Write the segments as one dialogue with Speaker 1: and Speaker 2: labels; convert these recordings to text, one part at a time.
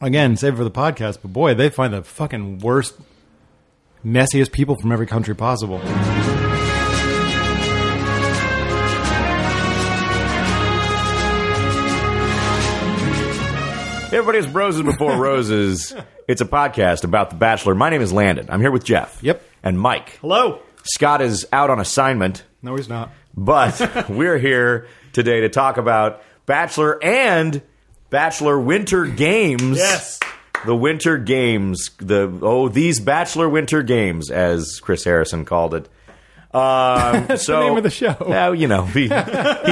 Speaker 1: again, save for the podcast, but boy, they find the fucking worst, messiest people from every country possible.
Speaker 2: Hey, everybody, it's Roses Before Roses. it's a podcast about The Bachelor. My name is Landon. I'm here with Jeff.
Speaker 1: Yep.
Speaker 2: And Mike.
Speaker 1: Hello.
Speaker 2: Scott is out on assignment,
Speaker 1: No, he's not.
Speaker 2: but we're here today to talk about Bachelor and Bachelor Winter Games.
Speaker 3: Yes.
Speaker 2: The Winter Games. The oh, these Bachelor Winter Games, as Chris Harrison called it. Um, so,
Speaker 1: name of the show.
Speaker 2: Oh, you know, he, he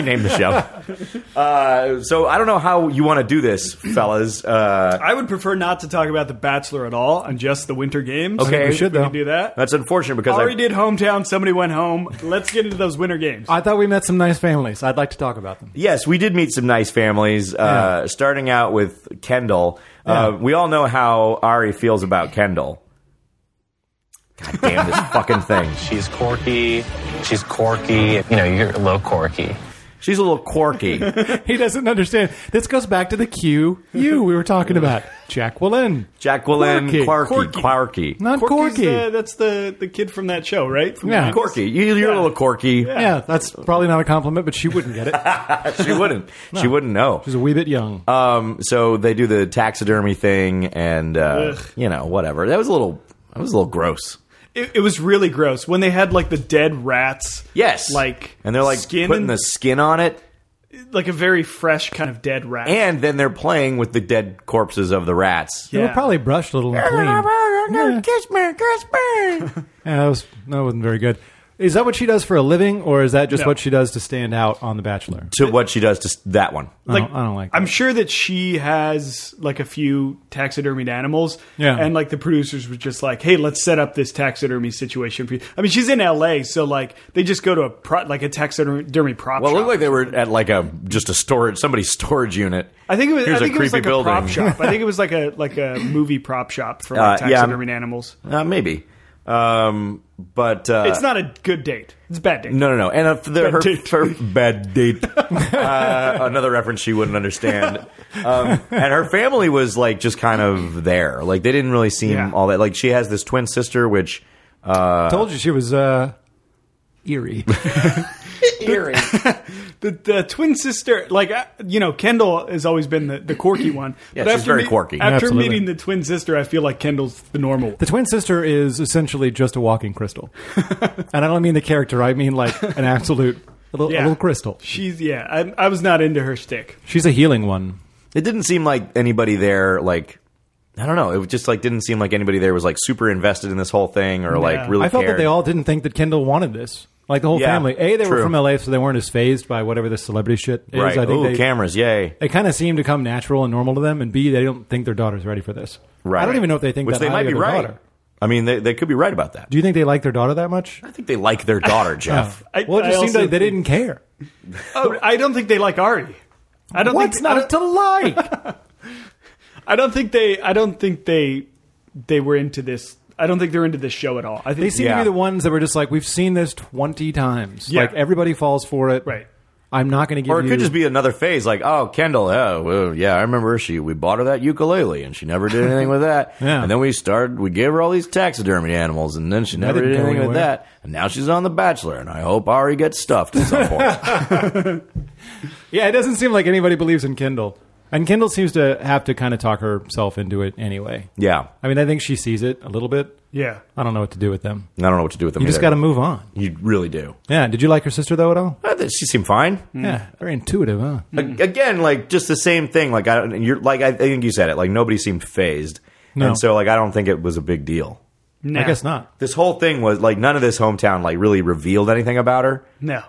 Speaker 2: named the show. Uh, so I don't know how you want to do this, fellas. Uh,
Speaker 3: I would prefer not to talk about The Bachelor at all and just the Winter Games.
Speaker 2: Okay.
Speaker 3: If
Speaker 2: We should,
Speaker 3: we
Speaker 1: though.
Speaker 3: can do that.
Speaker 2: That's unfortunate because
Speaker 3: Already
Speaker 2: I,
Speaker 3: did hometown. Somebody went home. Let's get into those Winter Games.
Speaker 1: I thought we met some nice families. I'd like to talk about them.
Speaker 2: yes, we did meet some nice families. Uh, starting out with Kendall, uh,
Speaker 1: Yeah.
Speaker 2: we all know how Ari feels about Kendall. God damn this fucking thing!
Speaker 4: She's quirky. She's quirky. You know, you're a little quirky.
Speaker 2: She's a little quirky.
Speaker 1: He doesn't understand. This goes back to the Q you we were talking about. Jacqueline.
Speaker 2: Jacqueline
Speaker 1: Quirky.
Speaker 2: quirky,
Speaker 3: Quirky.
Speaker 2: quirky,
Speaker 1: Not
Speaker 3: Corky's
Speaker 1: Corky.
Speaker 3: the- that's the, the kid from that show, right? From
Speaker 1: Yeah.
Speaker 3: the-
Speaker 2: quirky. You, you're a little quirky.
Speaker 1: yeah, that's probably not a compliment, but she wouldn't get it.
Speaker 2: She wouldn't. She wouldn't know.
Speaker 1: She's a wee bit young.
Speaker 3: Uh,
Speaker 2: Um, so they do the taxidermy thing, and uh,
Speaker 3: Ugh.
Speaker 2: you know, whatever. That was a little. That was a little gross.
Speaker 3: It, it was really gross when they had like the dead rats.
Speaker 2: Yes,
Speaker 3: Like
Speaker 2: and they're like
Speaker 3: skin
Speaker 2: putting
Speaker 3: and-
Speaker 2: the skin on it.
Speaker 3: like a very fresh kind of dead rat.
Speaker 2: And then they're playing with the dead corpses of the rats.
Speaker 1: They were
Speaker 3: yeah.
Speaker 1: probably brushed a little and clean. Yeah.
Speaker 2: Kiss me, kiss me.
Speaker 1: Yeah, that, was, that wasn't very good. Is that what she does for a living, or is that just
Speaker 3: No.
Speaker 1: what she does to stand out on The Bachelor?
Speaker 2: to what she does to s- that one.
Speaker 1: I don't, I don't like. That.
Speaker 3: I'm sure that she has like a few taxidermied animals.
Speaker 1: Yeah.
Speaker 3: And like the producers were just like, hey, let's set up this taxidermy situation for you. I mean, she's in LA, so like they just go to a pro- like a taxidermy prop
Speaker 2: Well, it
Speaker 3: shop.
Speaker 2: looked like they were at like a just a storage somebody's storage unit.
Speaker 3: I think it was,
Speaker 2: Here's
Speaker 3: I think
Speaker 2: a
Speaker 3: it was
Speaker 2: creepy
Speaker 3: like
Speaker 2: building.
Speaker 3: a prop shop. I think it was like a like a movie prop shop for like,
Speaker 2: Uh, yeah.
Speaker 3: taxidermied animals.
Speaker 2: Uh, maybe, um, but uh,
Speaker 3: It's not a good date. It's a bad date.
Speaker 2: No, no, no. And uh, the,
Speaker 3: Bad
Speaker 2: her,
Speaker 3: date.
Speaker 2: her bad date. uh, another reference she wouldn't understand. Um, and her family was like just kind of there. Like they didn't really seem
Speaker 3: Yeah.
Speaker 2: all that. Like she has this twin sister, which
Speaker 1: I told you she was uh, eerie.
Speaker 3: The, the twin sister, like uh, you know, Kendall has always been the, the quirky one.
Speaker 2: Yeah, she's very quirky.
Speaker 3: After
Speaker 1: Absolutely.
Speaker 3: meeting the twin sister, I feel like Kendall's the normal.
Speaker 1: the twin sister is essentially just a walking crystal, and I don't mean the character. I mean like an absolute a little, a
Speaker 3: Yeah.
Speaker 1: little crystal.
Speaker 3: She's yeah. I, I was not into her stick.
Speaker 1: She's a healing one.
Speaker 2: it didn't seem like anybody there like I don't know. It just like didn't seem like anybody there was like super invested in this whole thing or like
Speaker 3: Yeah.
Speaker 2: really.
Speaker 1: I felt
Speaker 2: cared.
Speaker 1: that they all didn't think that Kendall wanted this. Like the whole
Speaker 2: Yeah,
Speaker 1: family. A, they were
Speaker 2: true.
Speaker 1: from LA, so they weren't as phased by whatever the celebrity shit is.
Speaker 2: right.
Speaker 1: I think
Speaker 2: Ooh,
Speaker 1: they,
Speaker 2: cameras! Yay!
Speaker 1: they kind of seem to come natural and normal to them. And B, they don't think their daughter's ready for this.
Speaker 2: Right.
Speaker 1: I don't even know if they think
Speaker 2: Which
Speaker 1: that
Speaker 2: they
Speaker 1: highly
Speaker 2: might be
Speaker 1: of their
Speaker 2: right.
Speaker 1: daughter.
Speaker 2: I mean, they, they could be right about that.
Speaker 1: Do you think they like their daughter that much?
Speaker 2: I think they like their daughter, Jeff.
Speaker 3: I-
Speaker 1: well, it
Speaker 3: I
Speaker 1: just seemed
Speaker 3: also
Speaker 1: like they
Speaker 3: think-
Speaker 1: didn't care.
Speaker 3: Oh, I don't think they like Ari. I don't
Speaker 1: What's
Speaker 3: think
Speaker 1: not to like?
Speaker 3: I don't think they I don't think they they were into this. I don't think they're into this show at all. I think
Speaker 1: They seem
Speaker 2: Yeah.
Speaker 1: to be the ones that were just like, we've seen this 20 times.
Speaker 3: Yeah.
Speaker 1: Like, everybody falls for it.
Speaker 3: Right.
Speaker 1: I'm not going to give
Speaker 2: Or it
Speaker 1: you.
Speaker 2: could just be another phase, like, oh, Kendall, oh, well, yeah, I remember she we bought her that ukulele and she never did anything with that.
Speaker 1: Yeah.
Speaker 2: And then we started, we gave her all these taxidermy animals and then she never
Speaker 1: didn't
Speaker 2: did
Speaker 1: go
Speaker 2: anything with
Speaker 1: anywhere.
Speaker 2: that. And now she's on The Bachelor, and I hope Ari gets stuffed at some point.
Speaker 1: Yeah, it doesn't seem like anybody believes in Kendall. And Kendall seems to have to kind of talk herself into it anyway.
Speaker 2: yeah.
Speaker 1: I mean, I think she sees it a little bit.
Speaker 3: Yeah.
Speaker 1: I don't know what to do with them.
Speaker 2: I don't know what to do with them.
Speaker 1: You just
Speaker 2: either.
Speaker 1: got to move on.
Speaker 2: You really do.
Speaker 1: Yeah. Did you like her sister, though, at all?
Speaker 2: Uh, th- She seemed fine.
Speaker 3: Mm.
Speaker 1: Yeah. Very intuitive, huh?
Speaker 3: Mm-hmm.
Speaker 2: A- Again, like just the same thing. Like I, don't- you're like I think you said it. Like nobody seemed phased,
Speaker 1: No.
Speaker 2: and so like I don't think it was a big deal.
Speaker 3: No.
Speaker 1: I guess not.
Speaker 2: This whole thing was like none of this hometown like really revealed anything about her.
Speaker 3: No.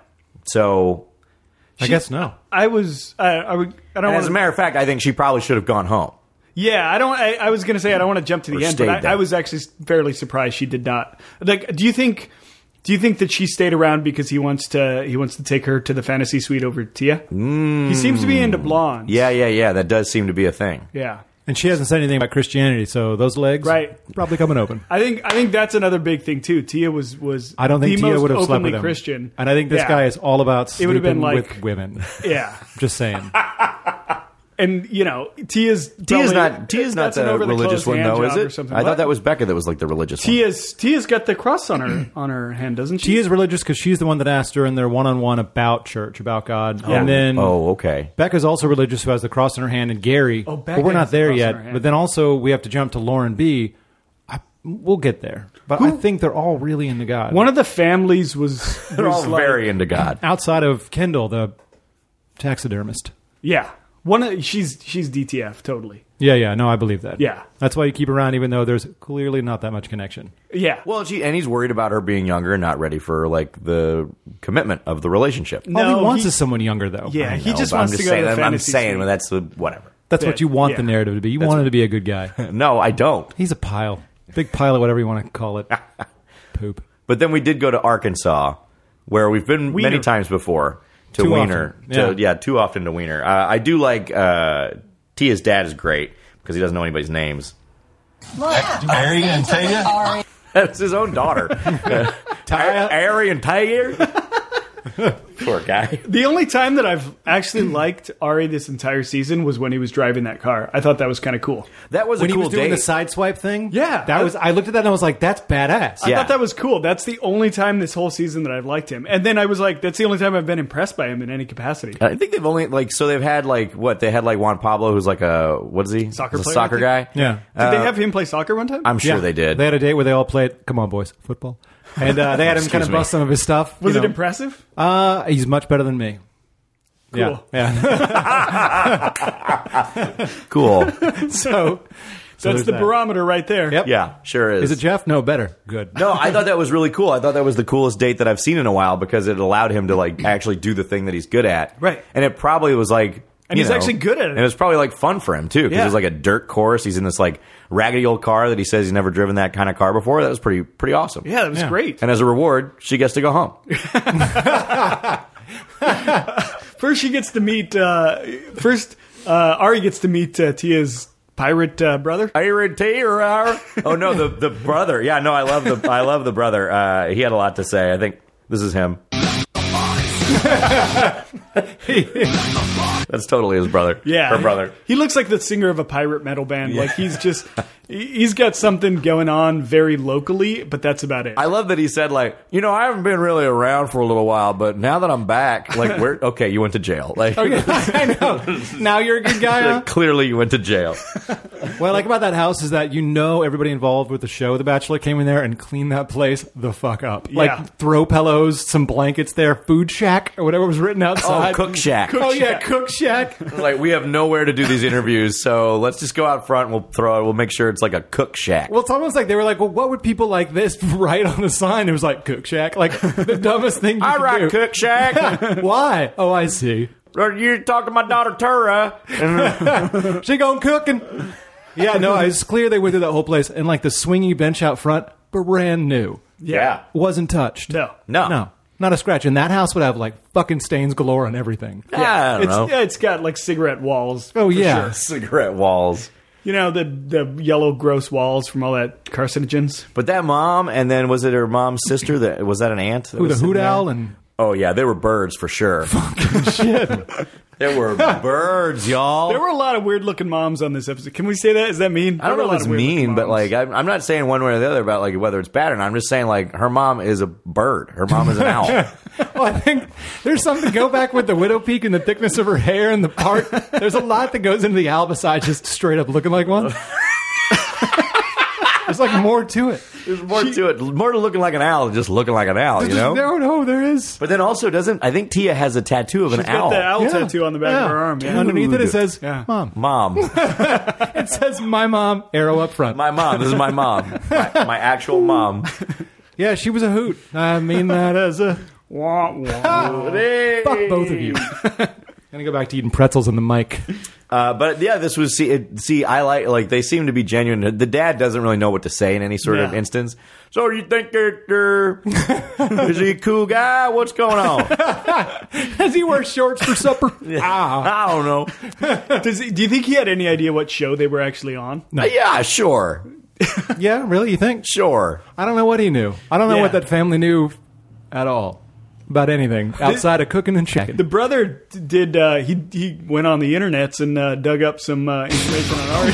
Speaker 2: So
Speaker 1: I guess no.
Speaker 3: I was I I, would, I don't
Speaker 2: And as
Speaker 3: want
Speaker 2: a matter of fact, I think she probably should have gone home.
Speaker 3: Yeah, I don't I, I was going to say I don't want to jump to the
Speaker 2: Or
Speaker 3: end,
Speaker 2: stayed
Speaker 3: but
Speaker 2: there.
Speaker 3: I, I was actually fairly surprised she did not. Like do you think do you think that she stayed around because he wants to he wants to take her to the fantasy suite over Tia? He seems to be into blondes.
Speaker 2: Hmm. Yeah, yeah, yeah. That does seem to be a thing.
Speaker 3: Yeah.
Speaker 1: And she hasn't said anything about Christianity, so those legs
Speaker 3: Right.
Speaker 1: probably coming open.
Speaker 3: I think I think that's another big thing too. Tia was was
Speaker 1: I don't think
Speaker 3: the
Speaker 1: Tia
Speaker 3: most
Speaker 1: would have slept
Speaker 3: openly
Speaker 1: with him.
Speaker 3: Christian,
Speaker 1: And I think this
Speaker 3: Yeah.
Speaker 1: guy is all about
Speaker 3: It would
Speaker 1: sleeping
Speaker 3: have been like-
Speaker 1: with women.
Speaker 3: yeah.
Speaker 1: Just saying.
Speaker 3: And you know, Tia's
Speaker 2: Tia's
Speaker 3: probably-
Speaker 2: not Tia's not
Speaker 3: that's an
Speaker 2: the
Speaker 3: over-the-clothes
Speaker 2: religious one
Speaker 3: hand
Speaker 2: though, is
Speaker 3: job or
Speaker 2: it?
Speaker 3: something.
Speaker 2: I
Speaker 3: What?
Speaker 2: thought that was Becca that was like the religious one.
Speaker 3: Tia's Tia's got the cross on her on her hand, doesn't she?
Speaker 1: She is religious because she's the one that asked her in their one-on-one about church, about God, and then
Speaker 2: Oh, okay.
Speaker 1: Becca's also religious, who has the cross in her hand, and Gary. Oh,
Speaker 3: Becca
Speaker 1: but we're
Speaker 3: has
Speaker 1: not
Speaker 3: the
Speaker 1: there
Speaker 3: cross in her
Speaker 1: yet.
Speaker 3: hand.
Speaker 1: But then also we have to jump to Lauren B. I, we'll get there, but I think they're all really into God.
Speaker 3: One of the families was
Speaker 2: They're
Speaker 3: was
Speaker 2: all
Speaker 3: like-
Speaker 2: very into God.
Speaker 1: outside of Kendall, the taxidermist.
Speaker 3: yeah. One of she's she's DTF totally.
Speaker 1: Yeah, yeah, no, I believe that.
Speaker 3: Yeah.
Speaker 1: that's why you keep around, even though there's clearly not that much connection.
Speaker 3: Yeah.
Speaker 2: Well, she and he's worried about her being younger and not ready for like the commitment of the relationship.
Speaker 1: All he wants
Speaker 3: he-
Speaker 1: is someone younger, though.
Speaker 3: yeah.
Speaker 2: I
Speaker 3: He
Speaker 2: know,
Speaker 3: just
Speaker 2: but
Speaker 3: wants
Speaker 2: I'm
Speaker 3: to
Speaker 2: just
Speaker 3: go
Speaker 2: saying,
Speaker 3: to the
Speaker 2: I'm- I'm
Speaker 3: fantasy.
Speaker 2: saying
Speaker 3: suite.
Speaker 2: well, that's the whatever.
Speaker 1: that's what you want the
Speaker 3: Yeah.
Speaker 1: narrative to be. You want him to be a good guy.
Speaker 2: No, I don't.
Speaker 1: He's a pile, big pile of whatever you want to call it. Poop.
Speaker 2: But then we did go to Arkansas, where we've been many
Speaker 3: Wiener.
Speaker 2: times before to
Speaker 1: Too
Speaker 2: Wiener.
Speaker 1: often,
Speaker 2: To-
Speaker 1: yeah.
Speaker 2: yeah, too often to Wiener. Uh, I do like uh, Tia's dad is great because he doesn't know anybody's names.
Speaker 5: Barry and Taya.
Speaker 2: That's his own daughter, Ari and Tiger. Poor guy.
Speaker 3: The only time that I've actually liked Ari this entire season was when he was driving that car. I thought that was kind of cool.
Speaker 2: That was
Speaker 1: when
Speaker 2: a
Speaker 1: he
Speaker 2: cool
Speaker 1: was doing
Speaker 2: date.
Speaker 1: the side swipe thing.
Speaker 3: Yeah.
Speaker 1: that was. I looked at that and I was like, "That's badass."
Speaker 3: I
Speaker 2: Yeah.
Speaker 3: thought that was cool. That's the only time this whole season that I've liked him. And then I was like, that's the only time I've been impressed by him in any capacity.
Speaker 2: I think they've only like so they've had like what they had like Juan Pablo who's like a what is he
Speaker 3: Soccer
Speaker 2: He's a
Speaker 3: player,
Speaker 2: soccer
Speaker 3: I
Speaker 2: guy
Speaker 3: think.
Speaker 1: Yeah.
Speaker 3: Did they have him play soccer one time?
Speaker 2: I'm sure
Speaker 1: Yeah.
Speaker 2: they did
Speaker 1: They had a date where they all played. Come on, boys, football. And uh, they had him kind
Speaker 2: Excuse
Speaker 1: of
Speaker 2: me.
Speaker 1: bust some of his stuff.
Speaker 3: was
Speaker 1: you
Speaker 3: it
Speaker 1: know.
Speaker 3: impressive?
Speaker 1: Uh, he's much better than me.
Speaker 3: Cool.
Speaker 1: Yeah. yeah.
Speaker 2: cool
Speaker 1: so, so
Speaker 3: That's
Speaker 1: there's
Speaker 3: the
Speaker 1: that.
Speaker 3: barometer right there.
Speaker 1: Yep.
Speaker 2: yeah sure is
Speaker 1: Is it Jeff? No, better. Good.
Speaker 2: no I thought that was really cool I thought that was the coolest date that I've seen in a while because it allowed him to like actually do the thing that he's good at
Speaker 3: Right.
Speaker 2: and it probably was like
Speaker 3: And
Speaker 2: you
Speaker 3: he's
Speaker 2: know,
Speaker 3: actually good at it.
Speaker 2: and it was probably like fun for him too because
Speaker 3: Yeah.
Speaker 2: it was like a dirt course he's in this like raggedy old car that he says he's never driven that kind of car before that was pretty pretty awesome
Speaker 3: Yeah, that was
Speaker 1: Yeah.
Speaker 3: great.
Speaker 2: and as a reward she gets to go home
Speaker 3: First, she gets to meet. Uh, first, uh, Ari gets to meet uh, Tia's pirate uh, brother.
Speaker 2: Iron Taylor. Oh no, the the brother. Yeah, no, I love the I love the brother. Uh, he had a lot to say. I think this is him. That's totally his brother.
Speaker 3: Yeah,
Speaker 2: her brother.
Speaker 3: He looks like the singer of a pirate metal band. Like he's just, he- he's got something going on very locally, but that's about it.
Speaker 2: I love that he said like, you know, I haven't been really around for a little while, but now that I'm back, like, where? Okay, you went to jail. Like,
Speaker 1: I know. Now you're a good guy. huh?
Speaker 2: like, clearly you went to jail.
Speaker 1: What I like about that house is that you know everybody involved with the show, The Bachelor, came in there and cleaned that place the fuck up.
Speaker 3: Yeah.
Speaker 1: Like throw pillows, some blankets there, food shack or whatever was written outside.
Speaker 2: Oh, Cook Shack.
Speaker 1: oh yeah,
Speaker 3: Shack.
Speaker 1: cook shack.
Speaker 2: like, we have nowhere to do these interviews, so let's just go out front. And we'll throw. We'll make sure it's like a cook shack.
Speaker 1: Well, it's almost like they were like, well, what would people like this write on the sign? It was like cook shack, like the dumbest thing you
Speaker 2: I
Speaker 1: could
Speaker 2: rock
Speaker 1: do.
Speaker 2: cook shack.
Speaker 1: Why? Oh, I see.
Speaker 2: Or you talk to my daughter Tura.
Speaker 1: She going cooking. Yeah, no, it's clear they went through that whole place and like the swingy bench out front, brand new,
Speaker 2: Yeah.
Speaker 1: wasn't touched.
Speaker 3: no,
Speaker 2: No.
Speaker 1: no, not a scratch. And that house would have like fucking stains galore on everything.
Speaker 2: Yeah, I don't
Speaker 3: it's
Speaker 2: know.
Speaker 3: yeah, it's got like cigarette walls.
Speaker 1: Oh
Speaker 3: for
Speaker 1: yeah,
Speaker 3: sure.
Speaker 2: Cigarette walls.
Speaker 3: you know the the yellow gross walls from all that carcinogens.
Speaker 2: But that mom, and then was it her mom's sister? That was that an aunt? That
Speaker 1: Who the
Speaker 2: was sitting
Speaker 1: hoot
Speaker 2: there?
Speaker 1: owl and
Speaker 2: Oh yeah, they were birds for sure. Fucking shit. There were birds, y'all.
Speaker 3: There were a lot of weird looking moms on this episode. Can we say that? Is that mean?
Speaker 2: I don't know if it's mean, but like I'm, I'm not saying one way or the other about like whether it's bad or not. I'm just saying like her mom is a bird. Her mom is an owl.
Speaker 1: well, oh, I think there's something go back with the widow peak and the thickness of her hair and the part. There's a lot that goes into the owl besides just straight up looking like one. there's like more to it.
Speaker 2: There's more to it. More to looking like an owl than just looking like an owl. You know.
Speaker 1: No, no, there is.
Speaker 2: But then also doesn't I think Tia has a tattoo of an
Speaker 3: She's got the owl
Speaker 1: Yeah.
Speaker 3: tattoo on the back of her arm. yeah.
Speaker 1: Underneath it, it
Speaker 2: Dude.
Speaker 1: says
Speaker 3: Yeah.
Speaker 1: "mom."
Speaker 2: Mom.
Speaker 1: It says "my mom." Arrow up front.
Speaker 2: My mom. This is my mom. My, my actual mom.
Speaker 1: yeah, she was a hoot. I mean that as a
Speaker 3: Wah, wah.
Speaker 1: fuck both of you. Gonna go back to eating pretzels on the mic.
Speaker 2: Uh, but yeah, this was see. It, see, I like like they seem to be genuine. The dad doesn't really know what to say in any sort of
Speaker 3: Yeah.
Speaker 2: instance. So you think you're, you're is he a cool guy? What's going on?
Speaker 1: Does he wear shorts for supper? Ah,
Speaker 2: I don't know.
Speaker 3: Does he, do you think he had any idea what show they were actually on?
Speaker 2: Uh, Yeah, sure,
Speaker 1: yeah, really? You think?
Speaker 2: sure.
Speaker 1: I don't know what he knew. I don't know
Speaker 3: Yeah.
Speaker 1: what that family knew at all. about anything outside of cooking and chicken.
Speaker 3: The brother d- did. Uh, he he went on the internets and uh, dug up some uh, information on Ari.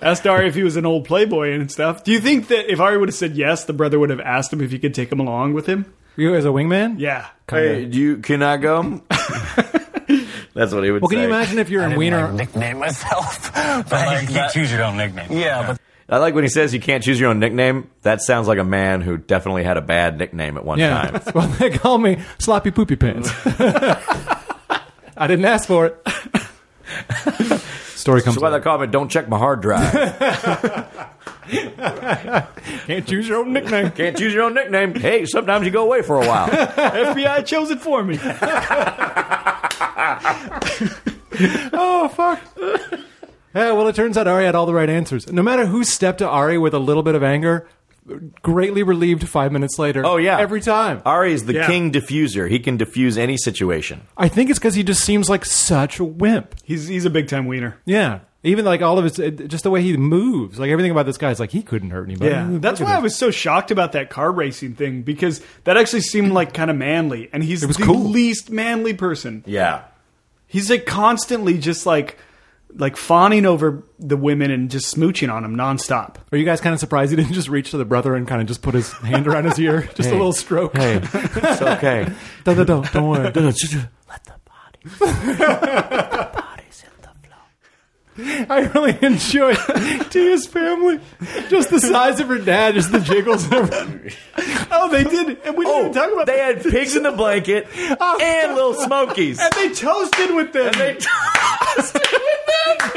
Speaker 3: asked Ari if he was an old playboy and stuff. Do you think that if Ari would have said yes, the brother would have asked him if he could take him along with him?
Speaker 1: you as a wingman?
Speaker 3: Yeah.
Speaker 2: Hey, do you can I go? That's what he would
Speaker 1: Well, can
Speaker 2: say.
Speaker 1: you imagine if you're in Wiener?
Speaker 4: nickname myself, but you can't choose your own nickname. Yeah, but
Speaker 2: I like when he says you can't choose your own nickname. That sounds like a man who definitely had a bad nickname at one
Speaker 1: yeah.
Speaker 2: time.
Speaker 1: well, they call me sloppy poopy pants. I didn't ask for it. Story comes.
Speaker 2: That's why they
Speaker 1: later.
Speaker 2: call me "Don't check my hard drive."
Speaker 1: Can't choose your own nickname.
Speaker 2: Can't choose your own nickname. Hey, sometimes you go away for a while.
Speaker 3: FBI chose it for me.
Speaker 1: Oh fuck. yeah, well, it turns out Ari had all the right answers. No matter who stepped to Ari with a little bit of anger, greatly relieved five minutes later.
Speaker 2: Oh yeah,
Speaker 1: every time.
Speaker 2: Ari is the
Speaker 3: Yeah.
Speaker 2: king diffuser. He can diffuse any situation.
Speaker 1: I think it's because he just seems like such a wimp.
Speaker 3: He's he's a big time wiener.
Speaker 1: Yeah, even like all of his, it- just the way he moves, like everything about this guy is like he couldn't hurt anybody. Look
Speaker 3: That's
Speaker 1: at
Speaker 3: why I
Speaker 1: this.
Speaker 3: was so shocked about that car racing thing because that actually seemed like kind of manly, and he's
Speaker 1: was
Speaker 3: the
Speaker 1: cool.
Speaker 3: least manly person.
Speaker 2: Yeah,
Speaker 3: He's like constantly just like like fawning over the women and just smooching on them nonstop.
Speaker 1: Are you guys kind of surprised he didn't just reach to the brother and kind of just put his hand around his ear, just a little stroke?
Speaker 2: Hey, it's okay.
Speaker 1: Don't, don't, don't, don't worry. I really enjoyed Tia's family. Just the size of her dad, just the jiggles. Of her.
Speaker 3: Oh, they did, and we didn't
Speaker 2: Oh,
Speaker 3: even talk about
Speaker 2: they
Speaker 3: that.
Speaker 2: had pigs in the blanket and little smokies.
Speaker 3: And they toasted with them.
Speaker 2: They-
Speaker 3: it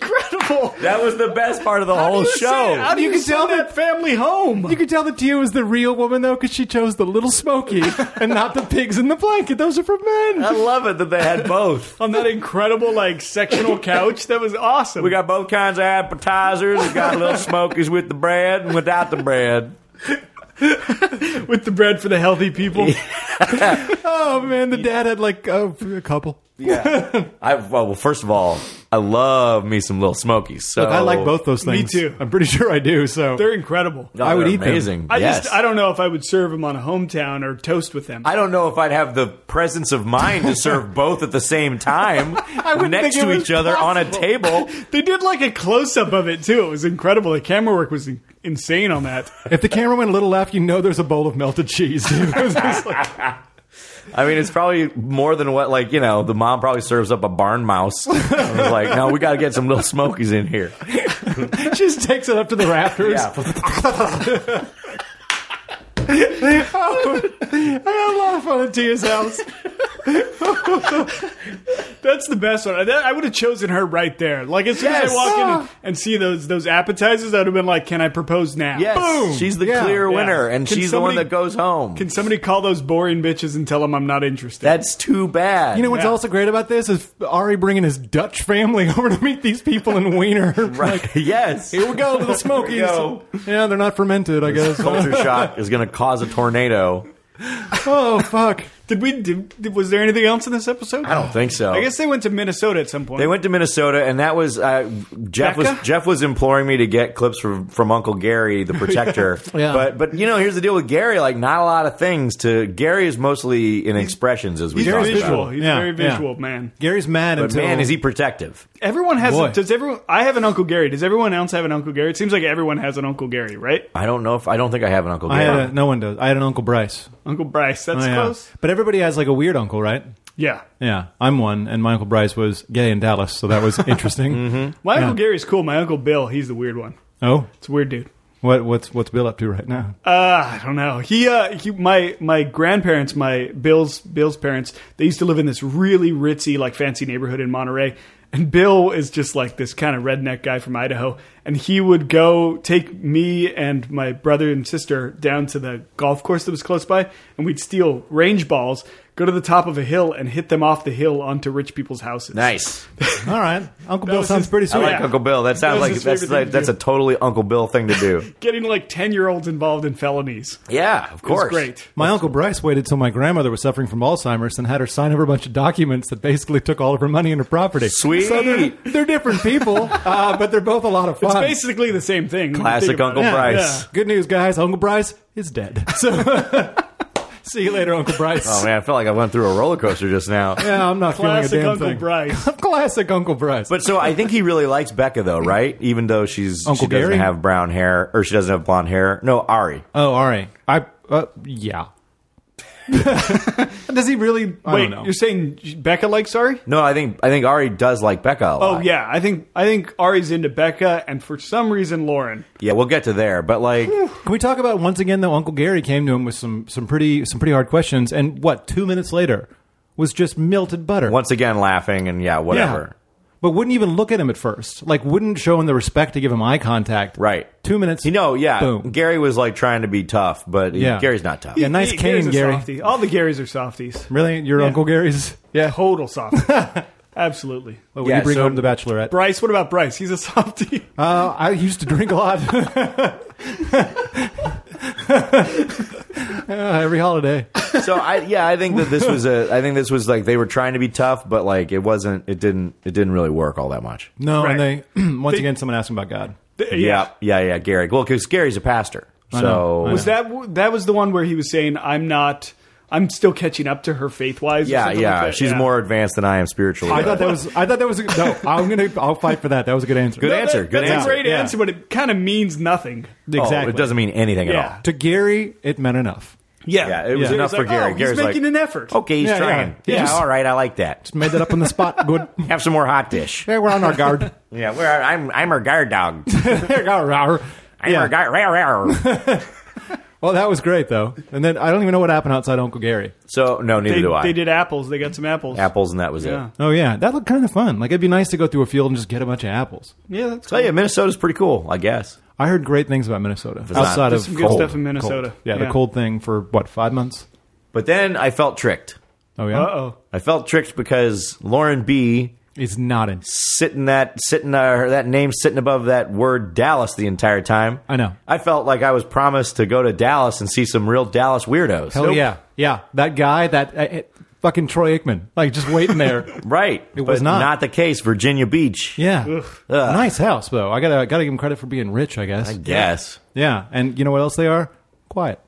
Speaker 3: was incredible.
Speaker 2: that was the best part of the whole show.
Speaker 3: How do you,
Speaker 1: You can
Speaker 3: send
Speaker 1: tell
Speaker 3: that family home?
Speaker 1: You could tell that Tia was the real woman though, because she chose the little Smoky and not the pigs in the blanket. Those are for
Speaker 2: I
Speaker 3: Oh,
Speaker 1: men.
Speaker 2: love it that they had both.
Speaker 3: on that incredible like sectional couch, that was awesome.
Speaker 2: We got both kinds of appetizers. We got little smokies with the bread and without the bread.
Speaker 3: with the bread for the healthy people.
Speaker 1: Oh man, the dad had like oh, a couple.
Speaker 2: Yeah. I well, well, first of all, I love me some little smokies. So
Speaker 1: I like both those
Speaker 3: Me
Speaker 1: things.
Speaker 3: too.
Speaker 1: I'm pretty sure I do. So
Speaker 3: They're incredible.
Speaker 2: Oh,
Speaker 1: I would
Speaker 2: they're
Speaker 1: eat them.
Speaker 2: amazing.
Speaker 3: I
Speaker 2: yes.
Speaker 3: just I don't know if I would serve them on a hometown or toast with them.
Speaker 2: I don't know if I'd have the presence of mind to serve both at the same time
Speaker 1: wouldn't
Speaker 2: next
Speaker 1: think it
Speaker 2: to
Speaker 1: was
Speaker 2: each other on a
Speaker 1: possible.
Speaker 2: table.
Speaker 3: they did like a close up of it too. It was incredible. The camera work was in- insane on that.
Speaker 1: if the camera went a little left, you know there's a bowl of melted cheese. Dude. It was just like-
Speaker 2: I mean, it's probably more than what, like, you know, the mom probably serves up a barn mouse. I was like, no, we got to get some little smokies in here.
Speaker 1: just takes it up to the rafters. I had a lot of fun at Tia's house.
Speaker 3: That's the best one. That- I would have chosen her right there. Like as soon as
Speaker 2: Yes. Oh.
Speaker 3: I walk in
Speaker 1: Ah.
Speaker 3: and, and see those those appetizers, I'd have been like, "Can I propose now?"
Speaker 2: Yes.
Speaker 1: Boom.
Speaker 2: She's the
Speaker 1: Yeah.
Speaker 2: clear
Speaker 1: Yeah.
Speaker 2: winner, and
Speaker 3: Can
Speaker 2: she's the one
Speaker 3: somebody-
Speaker 2: that goes home.
Speaker 3: Can somebody call those boring bitches and tell them I'm not interested?
Speaker 2: That's too bad.
Speaker 1: You know what's
Speaker 3: Yeah.
Speaker 1: also great about this is Ari bringing his Dutch family over to meet these people in Wiener. Like,
Speaker 2: right. yes.
Speaker 1: here we go, little Smokies.
Speaker 2: go.
Speaker 1: Yeah, they're not fermented, I guess.
Speaker 2: Culture shock is going to cause a tornado.
Speaker 1: oh fuck!
Speaker 3: did we? Did, did- was there anything else in this episode?
Speaker 2: I don't think so.
Speaker 3: I guess they went to Minnesota at some point.
Speaker 2: They went to Minnesota, and that was uh, Jeff was
Speaker 3: Becca?
Speaker 2: Jeff was imploring me to get clips from, from Uncle Gary, the protector.
Speaker 1: Yeah.
Speaker 2: But but you know, here's the deal with Gary: like, not a lot of things. To Gary is mostly in expressions, as we
Speaker 3: He's
Speaker 2: talked
Speaker 3: very visual.
Speaker 2: about.
Speaker 3: He's
Speaker 1: Yeah,
Speaker 3: very
Speaker 1: yeah.
Speaker 3: visual, man.
Speaker 1: Gary's mad
Speaker 2: But
Speaker 1: until
Speaker 2: man, is he protective?
Speaker 3: Everyone has.
Speaker 1: Boy.
Speaker 3: A, does everyone? I have an Uncle Gary. Does everyone else have an Uncle Gary? It seems like everyone has an Uncle Gary, right?
Speaker 2: I don't know if I don't think I have an Uncle
Speaker 1: I
Speaker 2: Gary.
Speaker 1: had a, no one does. I had an uncle Bryce.
Speaker 3: Uncle Bryce. That's
Speaker 1: Oh, yeah.
Speaker 3: close.
Speaker 1: But everybody has like a weird uncle, right?
Speaker 3: Yeah.
Speaker 1: Yeah, I'm one, and my uncle Bryce was gay in Dallas, so that was interesting.
Speaker 2: Mm-hmm.
Speaker 3: My Uncle Gary's cool. My Uncle Bill. He's the weird one.
Speaker 1: Oh,
Speaker 3: It's a weird dude.
Speaker 1: what what's what's Bill up to right now?
Speaker 3: Uh, I don't know. He, uh, he, my, my grandparents, my Bill's, Bill's parents, they used to live in this really ritzy, like fancy neighborhood in Monterey. And Bill is just like this kind of redneck guy from Idaho. And he would go take me and my brother and sister down to the golf course that was close by. And we'd steal range balls, go to the top of a hill and hit them off the hill onto rich people's houses.
Speaker 2: Nice.
Speaker 1: All right, Uncle Bill
Speaker 3: was
Speaker 1: sounds
Speaker 3: his-
Speaker 1: pretty
Speaker 2: I
Speaker 1: sweet.
Speaker 2: like
Speaker 3: Yeah.
Speaker 2: Uncle Bill. That sounds
Speaker 3: was
Speaker 2: like
Speaker 3: his
Speaker 2: that's
Speaker 3: favorite thing
Speaker 2: like,
Speaker 3: to
Speaker 2: that's
Speaker 3: do.
Speaker 2: a totally Uncle Bill thing to do.
Speaker 3: Getting like 10 year olds involved in felonies.
Speaker 2: yeah, of
Speaker 3: It was
Speaker 2: course.
Speaker 3: great.
Speaker 1: My uncle Bryce waited till my grandmother was suffering from Alzheimer's and had her sign over a bunch of documents that basically took all of her money and her property.
Speaker 2: Sweet.
Speaker 1: So they're, they're different people, uh, but they're both a lot of
Speaker 3: It's
Speaker 1: fun.
Speaker 3: basically the same thing. when you
Speaker 2: Classic
Speaker 3: think about
Speaker 2: Uncle
Speaker 3: it.
Speaker 1: Yeah,
Speaker 2: Bryce.
Speaker 1: Good news, guys. Uncle Bryce is dead. So See you later, Uncle Bryce.
Speaker 2: Oh man, I felt like I went through a roller coaster just now.
Speaker 1: Yeah, I'm not
Speaker 3: Classic
Speaker 1: feeling a damn
Speaker 3: Uncle
Speaker 1: thing.
Speaker 3: Bryce.
Speaker 1: Classic Uncle Bryce.
Speaker 2: But so I think he really likes Becca though, right? Even though she's
Speaker 1: Uncle
Speaker 2: she doesn't
Speaker 1: Gary?
Speaker 2: have brown hair or she doesn't have blonde hair. No, Ari.
Speaker 1: oh, all right. I uh, yeah. Does he really? I
Speaker 3: Wait,
Speaker 1: don't know.
Speaker 3: you're saying Becca likes Ari?
Speaker 2: No, I think I think Ari does like Becca a
Speaker 3: Oh
Speaker 2: lot.
Speaker 3: yeah, I think I think Ari's into Becca, and for some reason Lauren.
Speaker 2: Yeah, we'll get to there. But like
Speaker 1: Can we talk about once again though? Uncle Gary came to him with some some pretty some pretty hard questions, and what two minutes later was just melted butter.
Speaker 2: once again laughing and yeah, whatever.
Speaker 1: But wouldn't even look at him at first. Like wouldn't show him the respect to give him eye contact.
Speaker 2: Right.
Speaker 1: Two minutes.
Speaker 2: You know, yeah.
Speaker 1: Boom.
Speaker 2: Gary was like trying to be tough, but he-
Speaker 1: Yeah.
Speaker 2: Gary's not tough.
Speaker 1: Yeah, nice
Speaker 3: He-
Speaker 1: cane,
Speaker 3: Gary's a
Speaker 1: Gary.
Speaker 3: softie. All the Garys are softies.
Speaker 1: Really, your Uncle Gary's?
Speaker 3: Yeah, total softie. Absolutely.
Speaker 1: Well, when
Speaker 2: Yeah,
Speaker 1: you bring
Speaker 2: so-
Speaker 1: home the Bachelorette.
Speaker 3: Bryce, what about Bryce? He's a softie.
Speaker 1: Uh, I used to drink a lot. Uh, every holiday.
Speaker 2: So I yeah, I think that this was a I think this was like they were trying to be tough, but like it wasn't it didn't it didn't really work all that much.
Speaker 1: No, and
Speaker 3: Right.
Speaker 1: they once
Speaker 3: They-
Speaker 1: again someone asked him about God.
Speaker 3: Th-
Speaker 2: Yeah, yeah, yeah, Gary. Well, cuz Gary's a pastor.
Speaker 1: I
Speaker 2: So
Speaker 1: know, I
Speaker 3: Was that w- that was the one where he was saying, "I'm not, I'm still catching up to her faith wise."
Speaker 2: yeah, yeah. She's
Speaker 3: yeah.
Speaker 2: more advanced than I am spiritually.
Speaker 1: I thought that was. I thought that was. A, no, I'm gonna. I'll fight for that. That was a good answer.
Speaker 2: Good answer. Good
Speaker 3: That's
Speaker 2: answer.
Speaker 3: a great
Speaker 1: Yeah.
Speaker 3: answer, but it kind of means nothing.
Speaker 2: Oh,
Speaker 1: Exactly.
Speaker 2: it doesn't mean anything
Speaker 3: Yeah.
Speaker 2: at
Speaker 1: To Gary, it meant enough.
Speaker 3: Yeah,
Speaker 2: Yeah, it was
Speaker 1: Yeah.
Speaker 2: enough
Speaker 3: It's like,
Speaker 2: for Gary.
Speaker 3: Oh,
Speaker 2: Gary's
Speaker 3: he's making
Speaker 2: like, "Oh,
Speaker 3: an effort.
Speaker 2: all. Okay, he's
Speaker 1: Yeah, yeah.
Speaker 2: trying.
Speaker 1: He
Speaker 2: Yeah,
Speaker 1: just-
Speaker 2: all right, I like that.
Speaker 1: Made that up on the spot. Good.
Speaker 2: Have some more hot dish.
Speaker 1: Yeah, we're on our guard.
Speaker 2: Yeah, we're, I'm I'm her guard dog. I'm her
Speaker 1: yeah.
Speaker 2: guard. Rawr, rawr.
Speaker 1: Well, that was great though. And then I don't even know what happened outside Uncle Gary.
Speaker 2: So no, neither
Speaker 3: They,
Speaker 2: do I.
Speaker 3: they did apples. They got some apples.
Speaker 2: apples, and that was
Speaker 3: Yeah.
Speaker 2: it.
Speaker 1: Oh yeah, that looked kind of fun. Like it'd be nice to go through a field and just get a bunch of apples.
Speaker 3: Yeah, that's
Speaker 2: So yeah, Minnesota's pretty cool, I guess.
Speaker 1: I heard great things about Minnesota
Speaker 2: not-
Speaker 1: outside
Speaker 2: There's
Speaker 1: of
Speaker 3: some
Speaker 1: cold.
Speaker 3: good stuff in Minnesota.
Speaker 1: Cold. Yeah, the cold thing for what five months?
Speaker 2: But then I felt tricked.
Speaker 1: Oh
Speaker 3: Uh
Speaker 1: yeah,
Speaker 3: oh.
Speaker 2: I felt tricked because Lauren B
Speaker 1: it's not in.
Speaker 2: sitting that sitting uh, her- that name sitting above that word Dallas the entire time.
Speaker 1: I know.
Speaker 2: I felt like I was promised to go to Dallas and see some real Dallas weirdos.
Speaker 1: Hell yeah, yeah. That guy, that uh, uh, fucking Troy Aikman, like just waiting there.
Speaker 2: Right.
Speaker 1: It was
Speaker 2: But
Speaker 1: not.
Speaker 2: the case. Virginia Beach.
Speaker 1: yeah, nice house though. I gotta gotta give him credit for being rich, I guess.
Speaker 2: Yes.
Speaker 1: yeah, and you know what else they are? Quiet.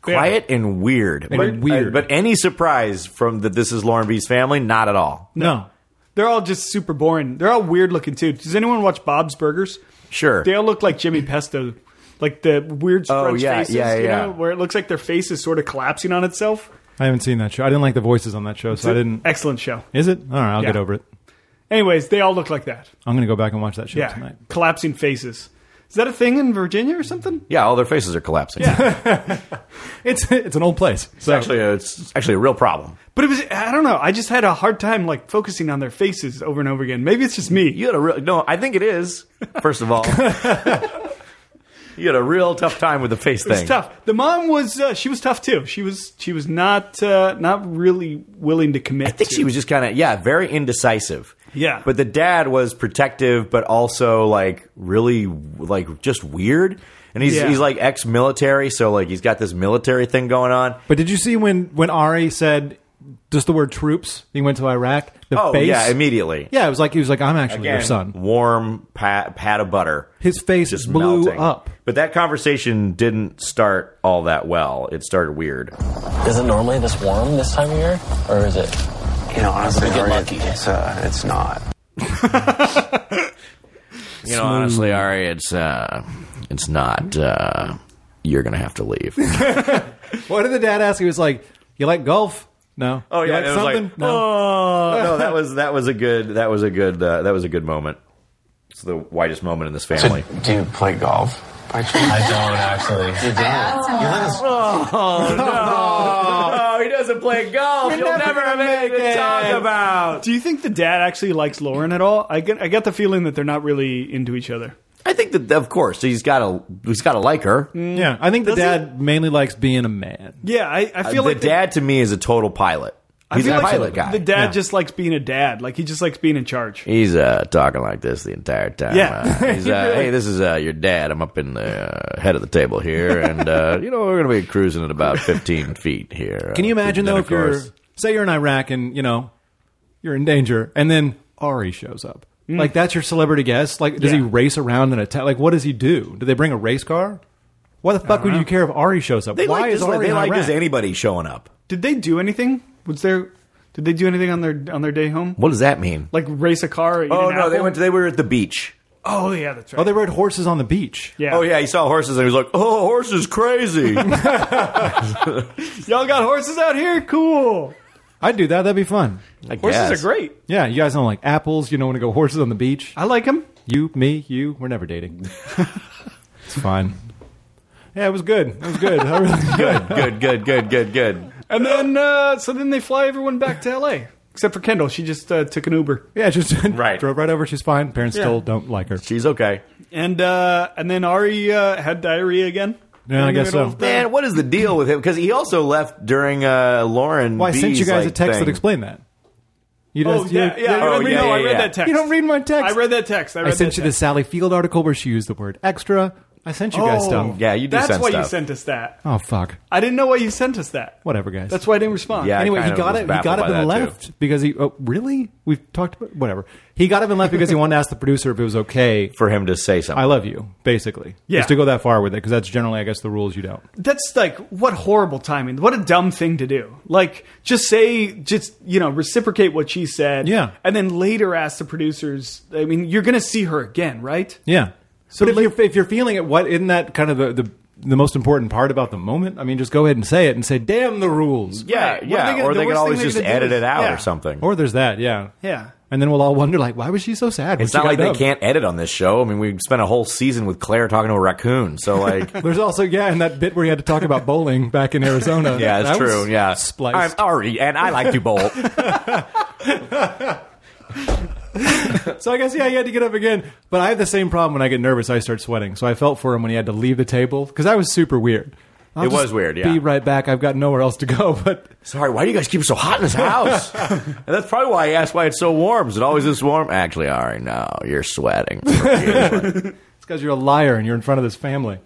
Speaker 2: Quiet and weird.
Speaker 1: And
Speaker 2: but,
Speaker 1: weird.
Speaker 2: uh, but any surprise from that this is Lauren B's family? Not at all.
Speaker 1: No.
Speaker 3: They're all just super boring. They're all weird looking too. Does anyone watch Bob's Burgers?
Speaker 2: Sure.
Speaker 3: They all look like Jimmy Pesto, like the weird
Speaker 2: Oh,
Speaker 3: French
Speaker 2: yeah,
Speaker 3: faces,
Speaker 2: yeah,
Speaker 3: you
Speaker 2: yeah.
Speaker 3: know, where it looks like their face is sort of collapsing on itself.
Speaker 1: I haven't seen that show. I didn't like the voices on that show, so I didn't.
Speaker 3: Excellent show.
Speaker 1: Is it? All right, I'll get
Speaker 3: Yeah.
Speaker 1: over it.
Speaker 3: Anyways, they all look like that.
Speaker 1: I'm going to go back and watch that show
Speaker 3: Yeah,
Speaker 1: tonight.
Speaker 3: collapsing faces. Is that a thing in Virginia or something?
Speaker 2: yeah, all their faces are collapsing. Yeah.
Speaker 1: It's it's an old place. So
Speaker 2: actually, a, it's actually a real problem.
Speaker 3: But it was I don't know. I just had a hard time like focusing on their faces over and over again. Maybe it's just me.
Speaker 2: You had a real. No, I think it is, first of all. you had a real tough time with the face
Speaker 3: It's
Speaker 2: thing.
Speaker 3: tough. The mom was uh, she was tough too. She was she was not uh, not really willing to commit.
Speaker 2: I think she was just kind of, yeah, very indecisive.
Speaker 3: Yeah.
Speaker 2: But the dad was protective, but also like really, like just weird. And he's,
Speaker 3: Yeah.
Speaker 2: he's like ex military, so like he's got this military thing going on.
Speaker 1: But did you see when when Ari said just the word troops? He went to Iraq. The
Speaker 2: Oh,
Speaker 1: face.
Speaker 2: yeah, immediately.
Speaker 1: yeah, it was like he was like, "I'm actually your
Speaker 2: Again,
Speaker 1: son."
Speaker 2: Warm pat, pat of butter.
Speaker 1: His face
Speaker 2: just
Speaker 1: blew
Speaker 2: melting.
Speaker 1: up.
Speaker 2: But that conversation didn't start all that well. It started weird.
Speaker 5: Is it normally this warm this time of year, or is it?
Speaker 6: You know, honestly,
Speaker 5: We get
Speaker 6: Ari,
Speaker 5: lucky.
Speaker 6: It's, uh, it's not.
Speaker 2: You know, honestly, Ari, it's uh, it's not. Uh, you're gonna have to leave.
Speaker 1: What did the dad ask? He was like, "You like golf?" No.
Speaker 2: Oh
Speaker 1: You
Speaker 2: yeah,
Speaker 1: like
Speaker 2: it was
Speaker 1: something?
Speaker 2: like,
Speaker 1: no.
Speaker 2: oh no, that was that was a good that was a good uh, that was a good moment. It's the widest moment in this family.
Speaker 6: Do you play golf? By chance?
Speaker 4: I don't actually.
Speaker 2: oh, he doesn't play golf. You'll
Speaker 1: never gonna make it.
Speaker 2: about.
Speaker 3: Do you think the dad actually likes Lauren at all? I get I get the feeling that they're not really into each other.
Speaker 2: I think that of course he's got to he's got to like her.
Speaker 1: Yeah, I think the
Speaker 3: Does
Speaker 1: dad mainly likes being a man.
Speaker 3: Yeah, I, I feel
Speaker 2: Uh, the
Speaker 3: like
Speaker 2: dad to me is a total pilot.
Speaker 3: I
Speaker 2: He's a
Speaker 3: feel like
Speaker 2: pilot
Speaker 3: the,
Speaker 2: guy.
Speaker 3: The dad
Speaker 1: Yeah.
Speaker 3: just likes being a dad. Like he just likes being in charge.
Speaker 2: He's uh, talking like this the entire time.
Speaker 3: Yeah.
Speaker 2: Uh, he's, uh, hey, this is uh, your dad. I'm up in the uh, head of the table here, and uh, you know we're gonna be cruising at about 15 feet here.
Speaker 1: Can you
Speaker 2: Uh,
Speaker 1: imagine
Speaker 2: then,
Speaker 1: though
Speaker 2: of
Speaker 1: if you're
Speaker 2: course-
Speaker 1: say you're in Iraq and you know you're in danger, and then Ari shows up?
Speaker 2: Mm.
Speaker 1: Like that's your celebrity guest. Like does
Speaker 3: Yeah.
Speaker 1: he race around in a ta- like what does he do? Do they bring a race car? Why the fuck would you care if Ari shows up?
Speaker 2: They
Speaker 1: Why
Speaker 2: like
Speaker 1: is
Speaker 2: just,
Speaker 1: Ari
Speaker 2: they
Speaker 1: in
Speaker 2: like
Speaker 1: Iraq?
Speaker 2: just anybody showing up.
Speaker 3: Did they do anything? Was there? Did they do anything on their on their day home?
Speaker 2: What does that mean?
Speaker 3: Like race a car? Or eat
Speaker 2: oh
Speaker 3: an
Speaker 2: no, they
Speaker 3: apple?
Speaker 2: went. they were at the beach.
Speaker 3: oh yeah, that's right.
Speaker 1: Oh, they rode horses on the beach.
Speaker 3: yeah.
Speaker 2: Oh yeah, he saw horses and he was like, "Oh, horses crazy."
Speaker 3: Y'all got horses out here? Cool.
Speaker 1: I'd do that. That'd be fun.
Speaker 3: Horses are great.
Speaker 1: Yeah, you guys don't like apples. You don't want to go horses on the beach.
Speaker 3: I like them.
Speaker 1: You, me, you. We're never dating. it's fine. Yeah, it was good. It was good. I really-
Speaker 2: Good, good, good, good, good, good.
Speaker 3: And then uh, so then they fly everyone back to L.A. Except for Kendall, she just uh, took an Uber.
Speaker 1: yeah, just
Speaker 2: Right.
Speaker 1: drove right over. She's fine. Parents
Speaker 3: Yeah.
Speaker 1: still don't like her.
Speaker 2: She's okay.
Speaker 3: And uh, and then Ari uh, had diarrhea again.
Speaker 1: Yeah, I
Speaker 3: In the
Speaker 1: guess
Speaker 3: middle
Speaker 1: so.
Speaker 3: of the-
Speaker 2: Man, what is the deal with him? Because he also left during uh, Lauren.
Speaker 1: Well, I sent
Speaker 2: B's,
Speaker 1: you guys
Speaker 2: like,
Speaker 1: a text that
Speaker 2: thing.
Speaker 1: explained that. You
Speaker 3: Oh
Speaker 1: just- you-
Speaker 3: yeah, yeah.
Speaker 1: you
Speaker 3: I
Speaker 1: don't
Speaker 2: Oh,
Speaker 3: read,
Speaker 1: read-
Speaker 2: yeah,
Speaker 3: no, I
Speaker 2: yeah,
Speaker 3: read
Speaker 2: yeah.
Speaker 3: that text.
Speaker 1: You don't read my text.
Speaker 3: I read that text. I,
Speaker 1: I
Speaker 3: read
Speaker 1: sent
Speaker 3: that
Speaker 1: you the
Speaker 3: text.
Speaker 1: Sally Field article where she used the word extra. I sent you guys
Speaker 3: Oh,
Speaker 1: stuff.
Speaker 2: Yeah, you do
Speaker 3: That's
Speaker 2: send
Speaker 3: why you
Speaker 2: stuff.
Speaker 3: sent us that.
Speaker 1: Oh fuck.
Speaker 3: I didn't know why you sent us that.
Speaker 1: Whatever, guys.
Speaker 3: That's why I didn't respond.
Speaker 2: Yeah. I
Speaker 1: anyway, he
Speaker 2: kinda
Speaker 1: got
Speaker 2: was
Speaker 1: it. He
Speaker 2: baffled
Speaker 1: got up
Speaker 2: by
Speaker 1: and
Speaker 2: that, too.
Speaker 1: left because he. Oh, really? We've talked about whatever. He got up and left because he wanted to ask the producer if it was okay.
Speaker 2: for him to say something.
Speaker 1: I love you, basically.
Speaker 3: Yeah.
Speaker 1: Just to go that far with it, because that's generally, I guess, the rules you don't.
Speaker 3: That's like what horrible timing. What a dumb thing to do. Like just say just you know reciprocate what she said.
Speaker 1: Yeah.
Speaker 3: And then later ask the producers. I mean, you're going to see her again, right?
Speaker 1: Yeah. So but if, you're, if you're feeling it, what isn't that kind of the, the the most important part about the moment? I mean, just go ahead and say it and say, "Damn the rules."
Speaker 2: yeah,
Speaker 3: Right. What
Speaker 2: yeah.
Speaker 3: are they gonna-
Speaker 2: or
Speaker 3: the
Speaker 2: they
Speaker 3: worst
Speaker 2: could
Speaker 3: thing
Speaker 2: always
Speaker 3: they're
Speaker 2: just
Speaker 3: gonna do
Speaker 2: edit
Speaker 3: is-
Speaker 2: it out
Speaker 3: yeah.
Speaker 2: or something.
Speaker 1: Or there's that. Yeah.
Speaker 3: Yeah.
Speaker 1: And then we'll all wonder, like, why was she so sad? when
Speaker 2: it's
Speaker 1: she
Speaker 2: not
Speaker 1: got
Speaker 2: like
Speaker 1: dubbed?
Speaker 2: they can't edit on this show. I mean, we spent a whole season with Claire talking to a raccoon. So like,
Speaker 1: There's also yeah, and that bit where you had to talk about bowling back in Arizona.
Speaker 2: yeah, it's
Speaker 1: That was
Speaker 2: true. Yeah, I'm
Speaker 1: spliced.
Speaker 2: Ari, and I like to bowl.
Speaker 1: So I guess yeah, he had to get up again. But I have the same problem when I get nervous. I start sweating. So I felt for him when he had to leave the table because I was super weird. I'll
Speaker 2: It was
Speaker 1: just
Speaker 2: weird, yeah.
Speaker 1: Be right back. I've got nowhere else to go. But
Speaker 2: Sorry, why do you guys keep it so hot in this house? and that's probably why I asked why it's so warm. Is it always this warm? Actually, Ari, no, you're sweating.
Speaker 1: it's because you're a liar and you're in front of this family.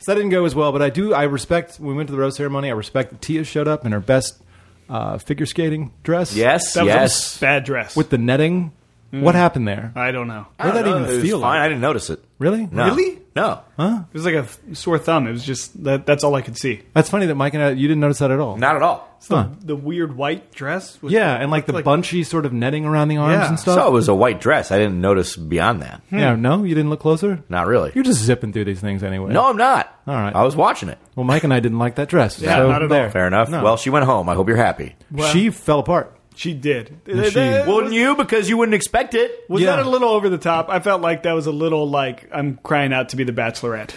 Speaker 1: So that didn't go as well. But I do. I respect. We went to the rose ceremony. I respect that Tia showed up in her best uh, figure skating dress.
Speaker 2: yes,
Speaker 3: That was
Speaker 2: yes.
Speaker 3: a bad dress.
Speaker 1: with the netting. What happened there?
Speaker 3: I don't know.
Speaker 1: What did that even
Speaker 2: it was
Speaker 1: feel
Speaker 2: fine.
Speaker 1: like?
Speaker 2: I didn't notice it.
Speaker 1: Really?
Speaker 2: No.
Speaker 3: Really?
Speaker 2: No.
Speaker 3: It was like a th- sore thumb. It was just that. That's all I could see.
Speaker 1: That's funny that Mike and I, you didn't notice that at all.
Speaker 2: Not at all.
Speaker 3: It's the, the weird white dress. With
Speaker 1: Yeah, and like the bunchy sort of netting around the arms
Speaker 3: Yeah.
Speaker 1: and stuff.
Speaker 2: So Hmm. it was a white dress. I didn't notice beyond that.
Speaker 1: yeah, no, you didn't look closer.
Speaker 2: Not really.
Speaker 1: You're just zipping through these things anyway.
Speaker 2: No, I'm not.
Speaker 1: All right.
Speaker 2: I was watching it.
Speaker 1: Well, Mike and I didn't like that dress.
Speaker 3: Yeah,
Speaker 1: so
Speaker 3: not at all.
Speaker 1: there.
Speaker 2: Fair enough.
Speaker 1: No.
Speaker 2: Well, she went home. I hope you're happy.
Speaker 1: she fell apart.
Speaker 3: She did.
Speaker 1: she-
Speaker 3: That was
Speaker 2: Wouldn't you? Because you wouldn't expect it.
Speaker 3: was
Speaker 1: Yeah.
Speaker 3: that a little over the top? I felt like that was a little like I'm crying out to be the Bachelorette.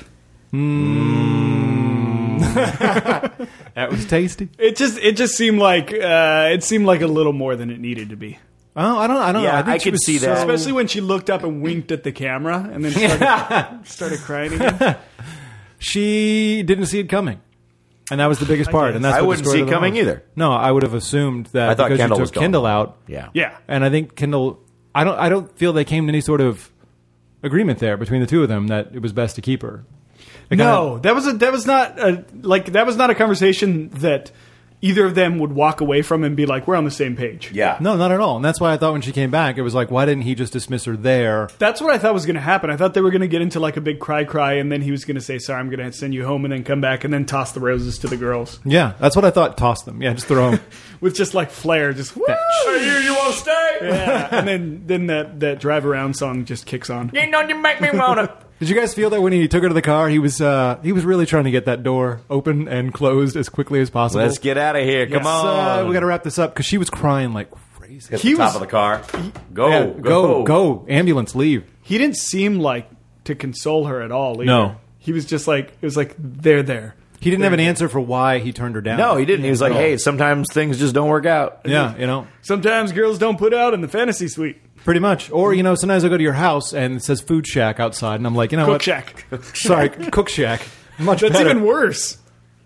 Speaker 1: That was tasty.
Speaker 3: It just it just seemed like uh, it seemed like a little more than it needed to be.
Speaker 1: Oh, I don't. I don't. know.
Speaker 2: Yeah,
Speaker 1: I, think
Speaker 2: I
Speaker 1: she
Speaker 2: could
Speaker 1: was
Speaker 2: see
Speaker 1: so-
Speaker 2: that.
Speaker 3: Especially when she looked up and winked at the camera and then started, started crying again.
Speaker 1: She didn't see it coming, and that was the biggest part.
Speaker 3: guess.
Speaker 1: And that's
Speaker 2: I
Speaker 1: what the
Speaker 2: wouldn't
Speaker 1: story
Speaker 2: see
Speaker 1: of
Speaker 2: it
Speaker 1: the
Speaker 2: coming
Speaker 1: was.
Speaker 2: either.
Speaker 1: No, I would have assumed that
Speaker 2: I thought
Speaker 1: because
Speaker 2: Kendall
Speaker 1: you
Speaker 2: was
Speaker 1: took
Speaker 2: gone.
Speaker 1: Kendall out.
Speaker 2: Yeah.
Speaker 3: Yeah.
Speaker 1: and I think Kendall. I don't. I don't feel they came to any sort of agreement there between the two of them that it was best to keep her. They kinda-
Speaker 3: No, that was a that was not a like that was not a conversation that either of them would walk away from and be like, We're on the same page.
Speaker 2: Yeah.
Speaker 1: No, not at all. And that's why I thought when she came back, it was like, why didn't he just dismiss her there?
Speaker 3: That's what I thought was gonna happen. I thought they were gonna get into like a big cry cry and then he was gonna say, Sorry, I'm gonna send you home and then come back and then toss the roses to the girls.
Speaker 1: Yeah, that's what I thought. Toss them. Yeah, just throw them.
Speaker 3: With just like flair, just Woo!
Speaker 2: You, you want to stay?
Speaker 3: Yeah. and then then that, that drive around song just kicks on.
Speaker 2: You know you make me wanna.
Speaker 1: Did you guys feel that when he took her to the car, he was uh, he was really trying to get that door open and closed as quickly as possible.
Speaker 2: Let's get out of here. Come
Speaker 3: Yes.
Speaker 1: So,
Speaker 2: on.
Speaker 1: we got to wrap this up because she was crying like crazy.
Speaker 2: At the
Speaker 3: He
Speaker 2: top
Speaker 3: was-
Speaker 2: of the car. Go,
Speaker 1: Yeah,
Speaker 2: go,
Speaker 1: go, go, ambulance, leave.
Speaker 3: he didn't seem like to console her at all. Either.
Speaker 1: No.
Speaker 3: he was just like it was like they're there.
Speaker 1: He didn't have an answer for why he turned her down.
Speaker 2: No, he didn't. He was like, hey, sometimes things just don't work out.
Speaker 1: Yeah, you know,
Speaker 3: Sometimes girls don't put out in the fantasy suite.
Speaker 1: pretty much. Or you know, sometimes I go to your house and it says food shack outside, and I'm like, you know
Speaker 3: Cook
Speaker 1: what?
Speaker 3: shack.
Speaker 1: Sorry, cook shack. Much
Speaker 3: That's
Speaker 1: better.
Speaker 3: even worse.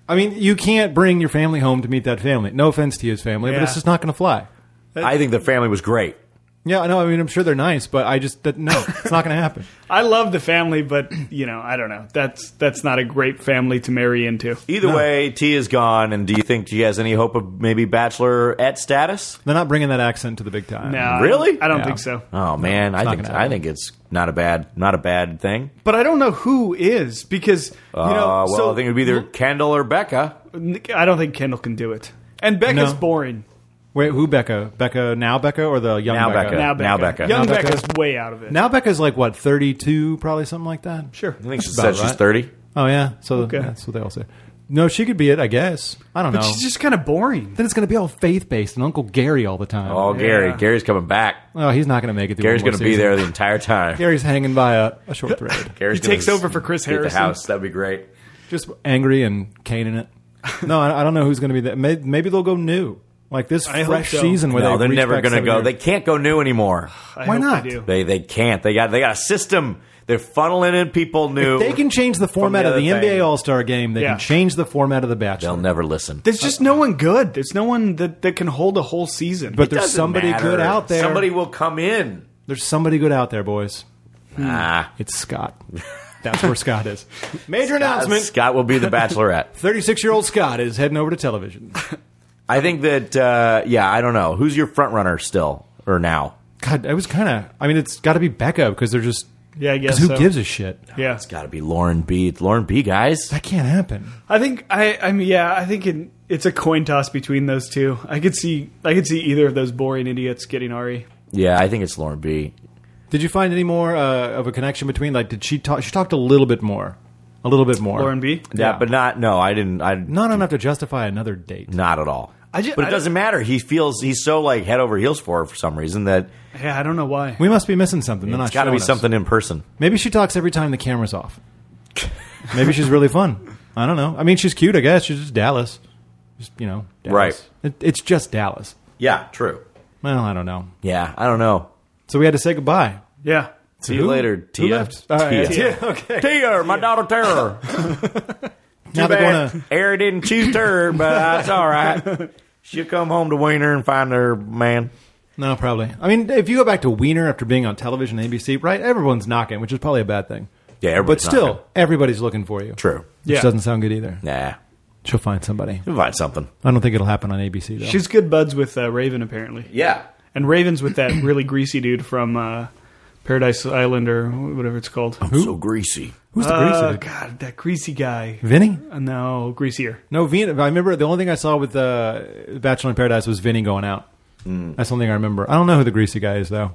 Speaker 1: I mean, you can't bring your family home to meet that family. No offense to his family, but
Speaker 3: Yeah.
Speaker 1: it's just not going to fly.
Speaker 2: I think the family was great.
Speaker 1: Yeah, I know. I mean, I'm sure they're nice, but I just that, no, it's not going to happen.
Speaker 3: I love the family, but you know, I don't know. That's that's not a great family to marry into.
Speaker 2: Either way, T is gone, and do you think she has any hope of maybe bachelorette status?
Speaker 1: They're not bringing that accent to the big time.
Speaker 3: No, I
Speaker 2: Really?
Speaker 3: don't- I don't
Speaker 1: Yeah.
Speaker 3: think so.
Speaker 2: Oh man, I
Speaker 1: not
Speaker 2: think
Speaker 1: gonna happen.
Speaker 2: I think it's not a bad not a bad thing.
Speaker 3: But I don't know who is because you know.
Speaker 2: uh, well,
Speaker 3: so
Speaker 2: I think it would be either Kendall or Becca.
Speaker 3: I don't think Kendall can do it, and Becca's
Speaker 1: No.
Speaker 3: boring.
Speaker 1: Wait, who Becca? Becca now Becca or the young
Speaker 2: Now
Speaker 1: Becca?
Speaker 2: Becca.
Speaker 3: Now Becca,
Speaker 2: Now Becca.
Speaker 3: young
Speaker 1: Now Becca.
Speaker 3: Becca's way out of it.
Speaker 1: Now Becca's like what, 32, probably something like that.
Speaker 3: sure,
Speaker 2: I think she
Speaker 1: about
Speaker 2: said she's
Speaker 1: right.
Speaker 2: thirty.
Speaker 1: Oh yeah, so
Speaker 3: Okay.
Speaker 1: that's what they all say. No, she could be it, I guess. I don't
Speaker 3: but
Speaker 1: know.
Speaker 3: she's just kind of boring.
Speaker 1: then it's going to be all faith based and Uncle Gary all the time.
Speaker 2: Oh, Gary, Gary's coming back.
Speaker 1: Oh, he's not going to make it. Through
Speaker 2: Gary's
Speaker 1: going to
Speaker 2: be there the entire time.
Speaker 1: Gary's hanging by a, a short thread,
Speaker 2: Gary's
Speaker 3: He
Speaker 2: gonna
Speaker 3: takes over for Chris
Speaker 2: be at
Speaker 3: Harrison.
Speaker 2: The house that'd be great.
Speaker 1: just angry and Kane in it. No, I, I don't know who's going to be there. Maybe, maybe they'll go new, like this
Speaker 3: I hope
Speaker 1: fresh
Speaker 3: so.
Speaker 1: season where
Speaker 2: no,
Speaker 1: they
Speaker 2: they're
Speaker 1: reach
Speaker 2: never
Speaker 1: back
Speaker 2: going to
Speaker 1: seven
Speaker 2: go.
Speaker 1: years.
Speaker 2: They can't go new anymore.
Speaker 3: I
Speaker 1: Why
Speaker 3: hope they
Speaker 1: not?
Speaker 3: do.
Speaker 2: They they can't. They got they got a system. They're funneling in people
Speaker 1: If
Speaker 2: new.
Speaker 1: they can change the format
Speaker 2: the
Speaker 1: of the
Speaker 2: other thing.
Speaker 1: NBA All Star Game. They
Speaker 3: Yeah.
Speaker 1: can change the format of the Bachelor.
Speaker 2: They'll never listen.
Speaker 3: There's just no one good. There's no one that, that can hold a whole season.
Speaker 1: but
Speaker 2: Doesn't
Speaker 1: there's somebody
Speaker 2: matter.
Speaker 1: good out there.
Speaker 2: Somebody will come in.
Speaker 1: There's somebody good out there, boys. Hmm.
Speaker 2: Ah,
Speaker 1: It's Scott. That's where Scott is. Major announcement.
Speaker 2: Scott will be the Bachelorette.
Speaker 1: 36 year old Scott is heading over to television.
Speaker 2: I think that uh, yeah, I don't know who's your front runner still or now.
Speaker 1: God, it was kind of. I mean, it's got to be Becca because they're just.
Speaker 3: Yeah, I guess
Speaker 1: 'cause who
Speaker 3: so.
Speaker 1: gives a shit?
Speaker 3: yeah,
Speaker 2: It's got to be Lauren B. Lauren B. Guys,
Speaker 1: That can't happen.
Speaker 3: I think I, I mean, yeah, I think it, it's a coin toss between those two. I could see, I could see either of those boring idiots getting Ari.
Speaker 2: yeah, I think it's Lauren B.
Speaker 1: Did you find any more uh, of a connection between? Like, did she talk? She talked a little bit more, a little bit more.
Speaker 3: Lauren B.
Speaker 2: Yeah,
Speaker 1: Yeah.
Speaker 2: but not no, I didn't. I
Speaker 1: Not enough to justify another date.
Speaker 2: not at all.
Speaker 3: I ju-
Speaker 2: but it
Speaker 3: I-
Speaker 2: doesn't matter. He feels he's so like head over heels for her for some reason that
Speaker 3: Yeah, I don't know why.
Speaker 1: We must be missing something. They're
Speaker 2: it's
Speaker 1: not
Speaker 2: got to
Speaker 1: showing
Speaker 2: be
Speaker 1: us.
Speaker 2: something in person.
Speaker 1: Maybe she talks every time the camera's off. Maybe she's really fun. I don't know. I mean, she's cute. I guess she's just Dallas. Just you know, Dallas.
Speaker 2: Right.
Speaker 1: It, it's just Dallas.
Speaker 2: Yeah, true.
Speaker 1: Well, I don't know.
Speaker 2: Yeah, I don't know.
Speaker 1: So we had to say goodbye.
Speaker 3: yeah,
Speaker 2: See you
Speaker 1: Who-
Speaker 2: later,
Speaker 1: who
Speaker 2: Tia.
Speaker 1: left? All right,
Speaker 2: Tia.
Speaker 1: Okay.
Speaker 2: Tia, my daughter Terror.
Speaker 1: Now they're going to.
Speaker 2: Eric didn't choose her, but that's all right. She'll come home to Wiener and find her man.
Speaker 1: No, probably. I mean, if you go back to Wiener after being on television, ABC, right? Everyone's knocking, which is probably a bad thing. but
Speaker 2: Yeah, everybody's
Speaker 1: still,
Speaker 2: knocking.
Speaker 1: everybody's looking for you.
Speaker 2: True.
Speaker 1: Which
Speaker 3: Yeah.
Speaker 1: doesn't sound good either.
Speaker 2: Nah,
Speaker 1: She'll find somebody.
Speaker 2: you'll find something.
Speaker 1: I don't think it'll happen on ABC though.
Speaker 3: she's good buds with uh, Raven apparently,
Speaker 2: Yeah.
Speaker 3: and Raven's with that really greasy dude from uh, Paradise Island or whatever it's called.
Speaker 2: So greasy.
Speaker 1: Who's the
Speaker 3: Uh,
Speaker 1: Oh, greasy? dude?
Speaker 3: God, that greasy guy.
Speaker 1: Vinny?
Speaker 3: Uh, No, greasier.
Speaker 1: No, Vinny. I remember the only thing I saw with uh, Bachelor in Paradise was Vinny going out.
Speaker 2: Mm.
Speaker 1: That's the only thing I remember. I don't know who the greasy guy is though.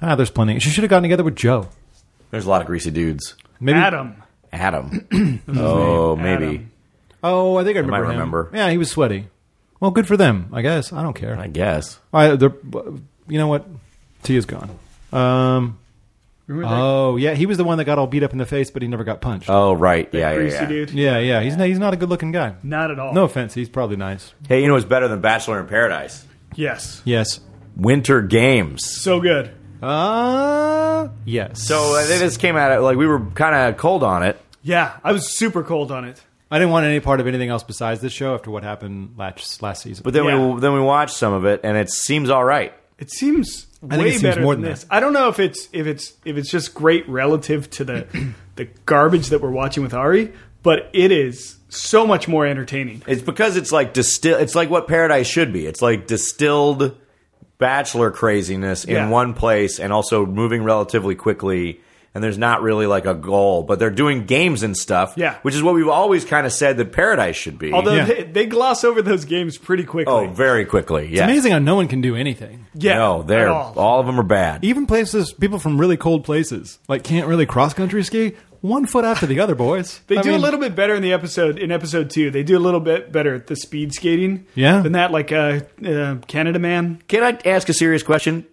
Speaker 1: Ah, there's plenty. She should have gotten together with Joe.
Speaker 2: There's a lot of greasy dudes.
Speaker 1: Maybe.
Speaker 3: Adam.
Speaker 2: Adam. oh, maybe.
Speaker 3: Adam.
Speaker 1: Oh, I think I remember.
Speaker 2: might
Speaker 1: him.
Speaker 2: remember.
Speaker 1: Yeah, he was sweaty. Well, good for them, I guess. I don't care.
Speaker 2: I guess.
Speaker 1: I, the, you know what? T is gone. Um,
Speaker 3: Remember that
Speaker 1: oh yeah, he was the one that got all beat up in the face, but he never got punched.
Speaker 2: Oh, right. Yeah, yeah,
Speaker 3: greasy
Speaker 2: yeah.
Speaker 3: dude?
Speaker 1: yeah, yeah. He's not, he's not a good looking guy.
Speaker 3: Not at all.
Speaker 1: No offense, he's probably nice.
Speaker 2: Hey, you know what's better than Bachelor in Paradise?
Speaker 3: Yes.
Speaker 1: Yes.
Speaker 2: Winter Games.
Speaker 3: So good.
Speaker 1: Uh yes.
Speaker 2: So uh, they just came at it like we were kind of cold on it.
Speaker 3: Yeah, I was super cold on it.
Speaker 1: I didn't want any part of anything else besides this show after what happened last last season.
Speaker 2: But then
Speaker 3: Yeah.
Speaker 2: we then we watched some of it, and it seems all right.
Speaker 3: It seems
Speaker 1: think
Speaker 3: way
Speaker 1: it seems
Speaker 3: better
Speaker 1: more
Speaker 3: than,
Speaker 1: than
Speaker 3: this.
Speaker 1: that.
Speaker 3: I don't know if it's if it's if it's just great relative to the the garbage that we're watching with Ari, but it is so much more entertaining.
Speaker 2: It's because it's like distill. It's like what Paradise should be. It's like distilled Bachelor craziness in
Speaker 3: Yeah.
Speaker 2: one place, and also moving relatively quickly. And there's not really like a goal, but they're doing games and stuff.
Speaker 3: Yeah.
Speaker 2: which is what we've always kind of said that Paradise should be.
Speaker 3: Although
Speaker 1: Yeah.
Speaker 3: they, they gloss over those games pretty quickly.
Speaker 2: oh, very quickly. Yeah,
Speaker 1: Amazing how no one can do anything.
Speaker 3: yeah,
Speaker 2: no, they're
Speaker 3: at
Speaker 2: all.
Speaker 3: all.
Speaker 2: of them are bad.
Speaker 1: Even places people from really cold places like can't really cross country ski one foot after the other, boys.
Speaker 3: They
Speaker 1: I
Speaker 3: do
Speaker 1: mean,
Speaker 3: a little bit better in the episode in episode two. They do a little bit better at the speed skating.
Speaker 1: Yeah.
Speaker 3: than that, like uh, uh, Canada Man.
Speaker 2: Can I ask a serious question?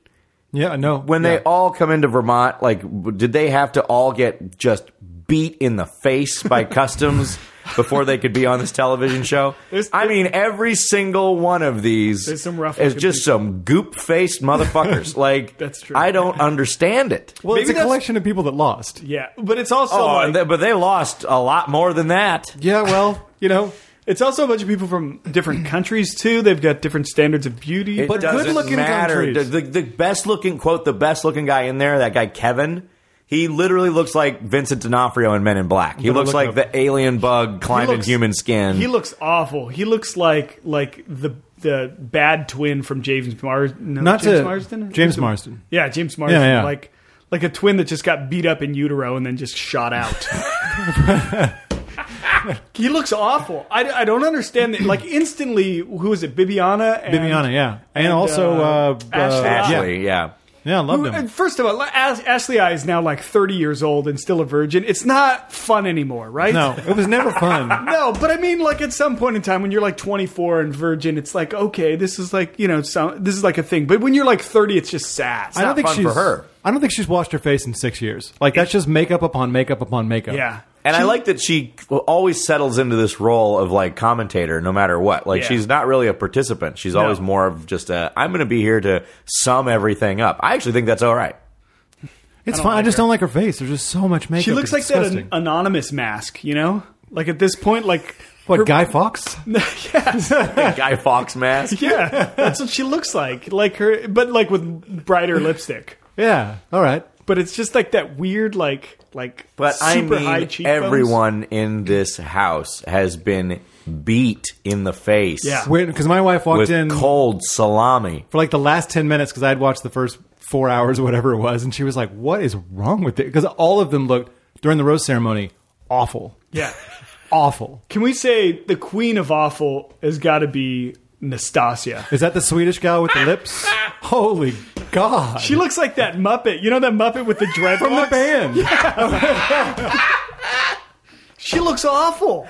Speaker 1: Yeah, no.
Speaker 2: when
Speaker 1: yeah.
Speaker 2: they all come into Vermont, like, w- did they have to all get just beat in the face by customs before they could be on this television show?
Speaker 3: There's-
Speaker 2: I mean, every single one of these
Speaker 3: There's some rough
Speaker 2: is
Speaker 3: looking
Speaker 2: just some goop faced motherfuckers. like,
Speaker 3: That's true.
Speaker 2: I don't understand it.
Speaker 1: well,
Speaker 3: maybe
Speaker 1: it's a
Speaker 3: that's-
Speaker 1: collection of people that lost.
Speaker 3: Yeah, but it's also
Speaker 2: oh,
Speaker 3: like,
Speaker 2: and they- but they lost a lot more than that.
Speaker 1: Yeah, well, you know,
Speaker 3: It's also a bunch of people from different countries too. They've got different standards of beauty.
Speaker 2: It
Speaker 1: But
Speaker 2: doesn't
Speaker 1: good-looking
Speaker 2: matter.
Speaker 1: countries.
Speaker 2: The, the, the best looking quote, the best looking guy in there, that guy Kevin. He literally looks like Vincent D'Onofrio in Men in Black. He
Speaker 1: gonna
Speaker 2: looks
Speaker 1: look
Speaker 2: like
Speaker 1: up-
Speaker 2: the alien bug
Speaker 3: He
Speaker 2: climbed in
Speaker 3: looks-
Speaker 2: human skin.
Speaker 3: He looks awful. He looks like like the the bad twin from James Marsden. No,
Speaker 1: Not
Speaker 3: James
Speaker 1: to-
Speaker 3: Marsden.
Speaker 1: James Marsden.
Speaker 3: Yeah, James Marsden.
Speaker 1: Yeah, yeah.
Speaker 3: Like like a twin that just got beat up in utero and then just shot out. he looks awful. I, I don't understand that. Like instantly, who is it? Bibiana. And,
Speaker 1: Bibiana, yeah, and,
Speaker 3: and,
Speaker 1: also
Speaker 3: uh,
Speaker 1: uh,
Speaker 3: Ashley.
Speaker 1: uh,
Speaker 2: Ashley, yeah.
Speaker 1: yeah, yeah, loved
Speaker 3: Who,
Speaker 1: him.
Speaker 3: and first of all, As- Ashley I is now like 30 years old and still a virgin. It's not fun anymore, right?
Speaker 1: No, it was never fun.
Speaker 3: No, but I mean, like at some point in time when you're like 24 and virgin, it's like okay, this is like you know, some, this is like a thing. But when you're like 30, it's just sad.
Speaker 1: I don't think
Speaker 2: fun for
Speaker 1: she's
Speaker 2: her.
Speaker 1: I don't think she's washed her face in six years. Like that's just makeup upon makeup upon makeup.
Speaker 3: yeah,
Speaker 2: And I like that she always settles into this role of like commentator no matter what. Like
Speaker 3: Yeah.
Speaker 2: she's not really a participant. She's always more of just a I'm going to be here to sum everything up. I actually think that's all right.
Speaker 1: it's
Speaker 3: don't
Speaker 1: fine. I
Speaker 3: like
Speaker 1: just
Speaker 3: her.
Speaker 1: don't like her face. There's just so much makeup.
Speaker 3: she looks
Speaker 1: It's
Speaker 3: like that uh,
Speaker 1: disgusting.
Speaker 3: an- anonymous mask, you know. Like at this point, like
Speaker 1: what Guy Fox?
Speaker 3: yes,
Speaker 2: Guy Fox mask.
Speaker 3: yeah, that's what she looks like. Like her, but like with brighter lipstick.
Speaker 1: Yeah. All right.
Speaker 3: But it's just like that weird, like like
Speaker 2: But I
Speaker 3: super high
Speaker 2: mean,
Speaker 3: cheekbones.
Speaker 2: everyone in this house has been beat in the face.
Speaker 3: Yeah.
Speaker 1: Because my wife walked
Speaker 2: With
Speaker 1: in
Speaker 2: cold salami.
Speaker 1: for like the last 10 minutes because I had watched the first four hours or whatever it was. And she was like, what is wrong with it? Because all of them looked, during the rose ceremony, awful.
Speaker 3: Yeah.
Speaker 1: Awful.
Speaker 3: Can we say the queen of awful has got to be Nastasia?
Speaker 1: Is that the Swedish gal with the lips? Holy God.
Speaker 3: She looks like that Muppet. You know that Muppet with the dreadlocks?
Speaker 1: from the band.
Speaker 3: She looks awful.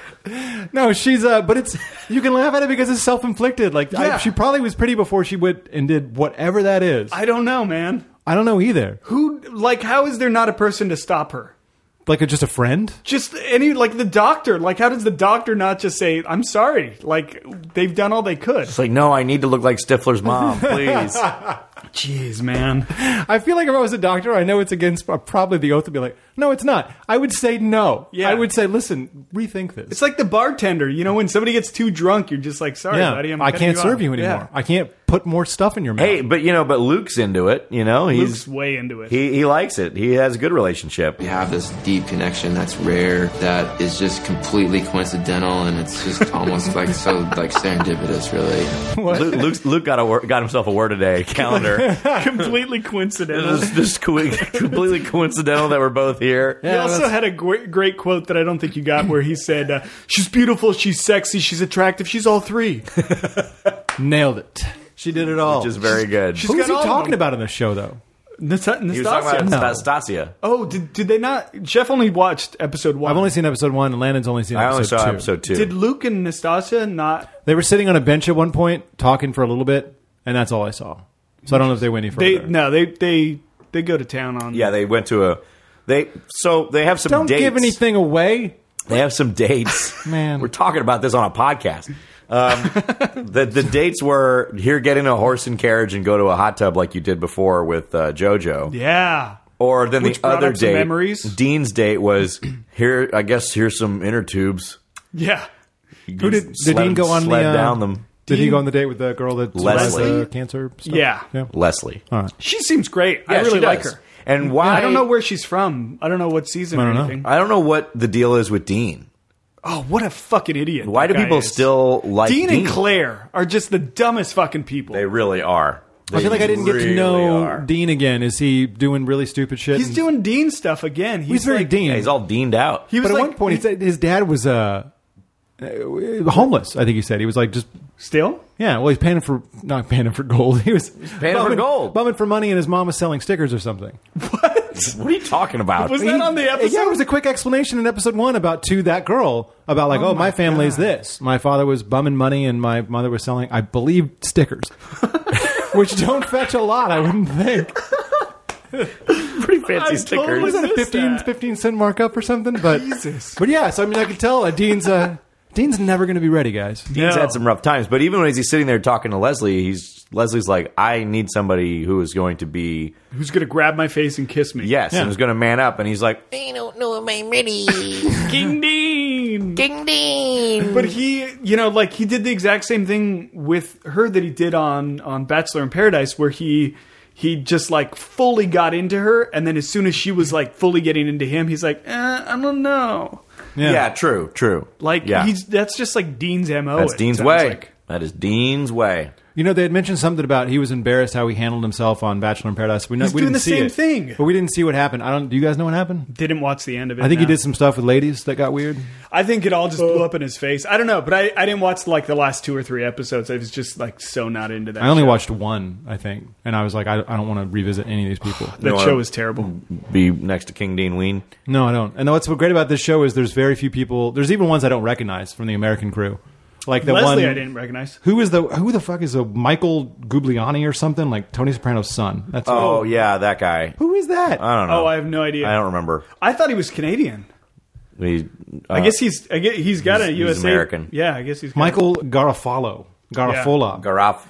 Speaker 1: No, she's uh but it's you can laugh at it because it's self-inflicted. Like I-
Speaker 3: Yeah.
Speaker 1: she probably was pretty before she went and did whatever that is. I,
Speaker 3: I don't know, man.
Speaker 1: don't know either.
Speaker 3: Who like how is there not a person to stop her?
Speaker 1: Like a, just a friend?
Speaker 3: Just any like the doctor. Like how does the doctor not just say, "I'm sorry"? Like they've done all they could.
Speaker 2: It's like, no, I need to look like Stifler's mom, please.
Speaker 3: Jeez, man.
Speaker 1: I feel like if I was a doctor, I know it's against uh, probably the oath to be like, no, it's not. I would say no.
Speaker 3: Yeah.
Speaker 1: I would say, listen, rethink this.
Speaker 3: It's like the bartender. You know, when somebody gets too drunk, you're just like, "Sorry, buddy, I'm
Speaker 1: I
Speaker 3: cutting
Speaker 1: can't
Speaker 3: you
Speaker 1: serve
Speaker 3: off."
Speaker 1: you
Speaker 3: Yeah.
Speaker 1: anymore. I can't put more stuff in your mouth.
Speaker 2: hey, but you know, but Luke's into it. You know, he's
Speaker 3: Luke's way into it.
Speaker 2: he he likes it. He has a good relationship.
Speaker 7: We have this deep connection that's rare, that is just completely coincidental, and it's just almost like so like serendipitous, really.
Speaker 2: Luke, Luke's, Luke got a wor- got himself a word a day calendar.
Speaker 3: Completely coincidental.
Speaker 2: it was just co- completely coincidental that we're both here.
Speaker 3: he also had a gr- great quote that I don't think you got, where he said, uh, "She's beautiful, she's sexy, she's attractive, she's all three.
Speaker 1: Nailed it. She did it all.
Speaker 2: Which is very good.
Speaker 1: Who
Speaker 3: got
Speaker 1: was he
Speaker 3: all of
Speaker 1: talking
Speaker 3: them.
Speaker 1: about in the show, though?
Speaker 3: Nas-
Speaker 2: he was talking about
Speaker 3: Nastasia.
Speaker 1: No.
Speaker 2: Nastasia.
Speaker 3: Oh, did, did they not? Jeff only watched episode one.
Speaker 1: I've only seen episode one, and Landon's only seen
Speaker 2: I
Speaker 1: episode
Speaker 2: only saw
Speaker 1: two.
Speaker 2: episode two.
Speaker 3: did Luke and Nastasia not?
Speaker 1: They were sitting on a bench at one point, talking for a little bit, and that's all I saw. So I don't know if they went any
Speaker 3: They
Speaker 1: further.
Speaker 3: no, they they they go to town on.
Speaker 2: yeah, they went to a they. So they have some.
Speaker 1: don't
Speaker 2: dates.
Speaker 1: give anything away.
Speaker 2: They have some dates.
Speaker 1: Man.
Speaker 2: we're talking about this on a podcast. Um, the the dates were here: get in a horse and carriage and go to a hot tub like you did before with uh, JoJo.
Speaker 3: yeah.
Speaker 2: Or then
Speaker 3: Which
Speaker 2: the
Speaker 3: brought
Speaker 2: other
Speaker 3: up some
Speaker 2: date,
Speaker 3: memories.
Speaker 2: Dean's date was here. I guess here's some inner tubes.
Speaker 3: Yeah.
Speaker 2: Who
Speaker 1: did- did Dean go on the, uh,
Speaker 2: down them?
Speaker 1: Did he go on the date with the girl that survived
Speaker 2: Leslie?
Speaker 1: the cancer? Stuff?
Speaker 3: Yeah.
Speaker 1: yeah.
Speaker 2: Leslie.
Speaker 3: She seems great. I
Speaker 2: Yeah,
Speaker 3: really
Speaker 2: she
Speaker 3: like
Speaker 2: does.
Speaker 3: her.
Speaker 2: And why?
Speaker 3: I don't know where she's from. I don't know what season
Speaker 1: I
Speaker 3: or
Speaker 1: don't know.
Speaker 3: anything.
Speaker 2: I don't know what the deal is with Dean.
Speaker 3: Oh, what a fucking idiot!
Speaker 2: Why
Speaker 3: that
Speaker 2: do
Speaker 3: guy
Speaker 2: people
Speaker 3: is.
Speaker 2: still like
Speaker 3: Dean,
Speaker 2: Dean,
Speaker 3: and Claire are just the dumbest fucking people.
Speaker 2: They really are.
Speaker 1: I feel like I didn't get to know Dean again. Is he doing really stupid shit?
Speaker 3: he's
Speaker 1: and-
Speaker 3: doing Dean stuff again. He's,
Speaker 1: He's, very
Speaker 3: like,
Speaker 1: Dean.
Speaker 2: Yeah, he's all deaned out.
Speaker 3: He was
Speaker 1: but at
Speaker 3: like,
Speaker 1: one point, he said his dad was uh, uh, homeless. I think he said he was like just
Speaker 3: still.
Speaker 1: yeah. Well, he's panning for not panning for gold. He was panning
Speaker 2: for
Speaker 1: bumming,
Speaker 2: gold.
Speaker 1: bumming for money, and his mom was selling stickers or something.
Speaker 2: what are you talking about?
Speaker 3: Was that on the episode?
Speaker 1: Yeah, it was a quick explanation in episode one about to that girl about like, oh, my, family's this. My father was bumming money, and my mother was selling, I believe, stickers, which don't fetch a lot. I wouldn't think.
Speaker 2: pretty fancy
Speaker 3: I
Speaker 2: stickers.
Speaker 3: totally-
Speaker 1: was that a
Speaker 3: missed
Speaker 1: 15,
Speaker 3: that.
Speaker 1: 15 cent markup or something? But
Speaker 3: Jesus.
Speaker 1: But yeah, so I mean, I could tell uh, Dean's uh, Dean's never going to be ready, guys.
Speaker 2: Dean's
Speaker 3: No.
Speaker 2: had some rough times, but even when he's sitting there talking to Leslie, he's Leslie's like, "I need somebody who is going to be
Speaker 3: Who's gonna grab my face and kiss me?
Speaker 2: yes, and is going to man up." And he's like,
Speaker 8: They don't know if I'm ready.
Speaker 3: King Dean.
Speaker 8: Ding ding.
Speaker 3: But he, you know, like he did the exact same thing with her that he did on on Bachelor in Paradise, where he he just like fully got into her, and then as soon as she was like fully getting into him, he's like, eh, I don't know.
Speaker 2: Yeah. true, true.
Speaker 3: Like
Speaker 2: yeah.
Speaker 3: he's that's just like Dean's mo.
Speaker 2: That's
Speaker 3: it
Speaker 2: Dean's
Speaker 3: sounds
Speaker 2: way.
Speaker 3: like.
Speaker 2: That is Dean's way.
Speaker 1: You know, they had mentioned something about he was embarrassed how he handled himself on Bachelor in Paradise. We, know,
Speaker 3: He's
Speaker 1: we didn't
Speaker 3: doing the
Speaker 1: see
Speaker 3: same
Speaker 1: it,
Speaker 3: thing.
Speaker 1: but we didn't see what happened. I don't. Do you guys know what happened?
Speaker 3: Didn't watch the end of it.
Speaker 1: I think
Speaker 3: no.
Speaker 1: he did some Uh. stuff with ladies that got weird.
Speaker 3: I think it all just blew up in his face. I don't know, but I, I didn't watch like the last two or three episodes. I was just like so not into that.
Speaker 1: I only
Speaker 3: show.
Speaker 1: watched one, I think, and I was like, I, I don't want to revisit any of these people.
Speaker 3: that
Speaker 2: No, I-
Speaker 3: show was terrible.
Speaker 2: Be next to King Dean Ween.
Speaker 1: No, I don't. And what's great about this show is there's very few people. There's even ones I don't recognize from the American crew, like the
Speaker 3: Leslie,
Speaker 1: one
Speaker 3: I didn't recognize.
Speaker 1: Who is the who the fuck is a Michael Gugliani or something like Tony Soprano's son? That's
Speaker 2: Oh yeah, that guy.
Speaker 1: who is that?
Speaker 2: I don't know.
Speaker 3: Oh, I have no idea.
Speaker 2: I don't remember.
Speaker 3: I thought he was Canadian.
Speaker 2: He, uh,
Speaker 3: I guess he's I guess he's got
Speaker 2: he's-
Speaker 3: a
Speaker 2: he's
Speaker 3: USA
Speaker 2: American.
Speaker 3: Yeah, I guess he's got
Speaker 1: Michael Garofalo. Garafola.
Speaker 2: Garaf,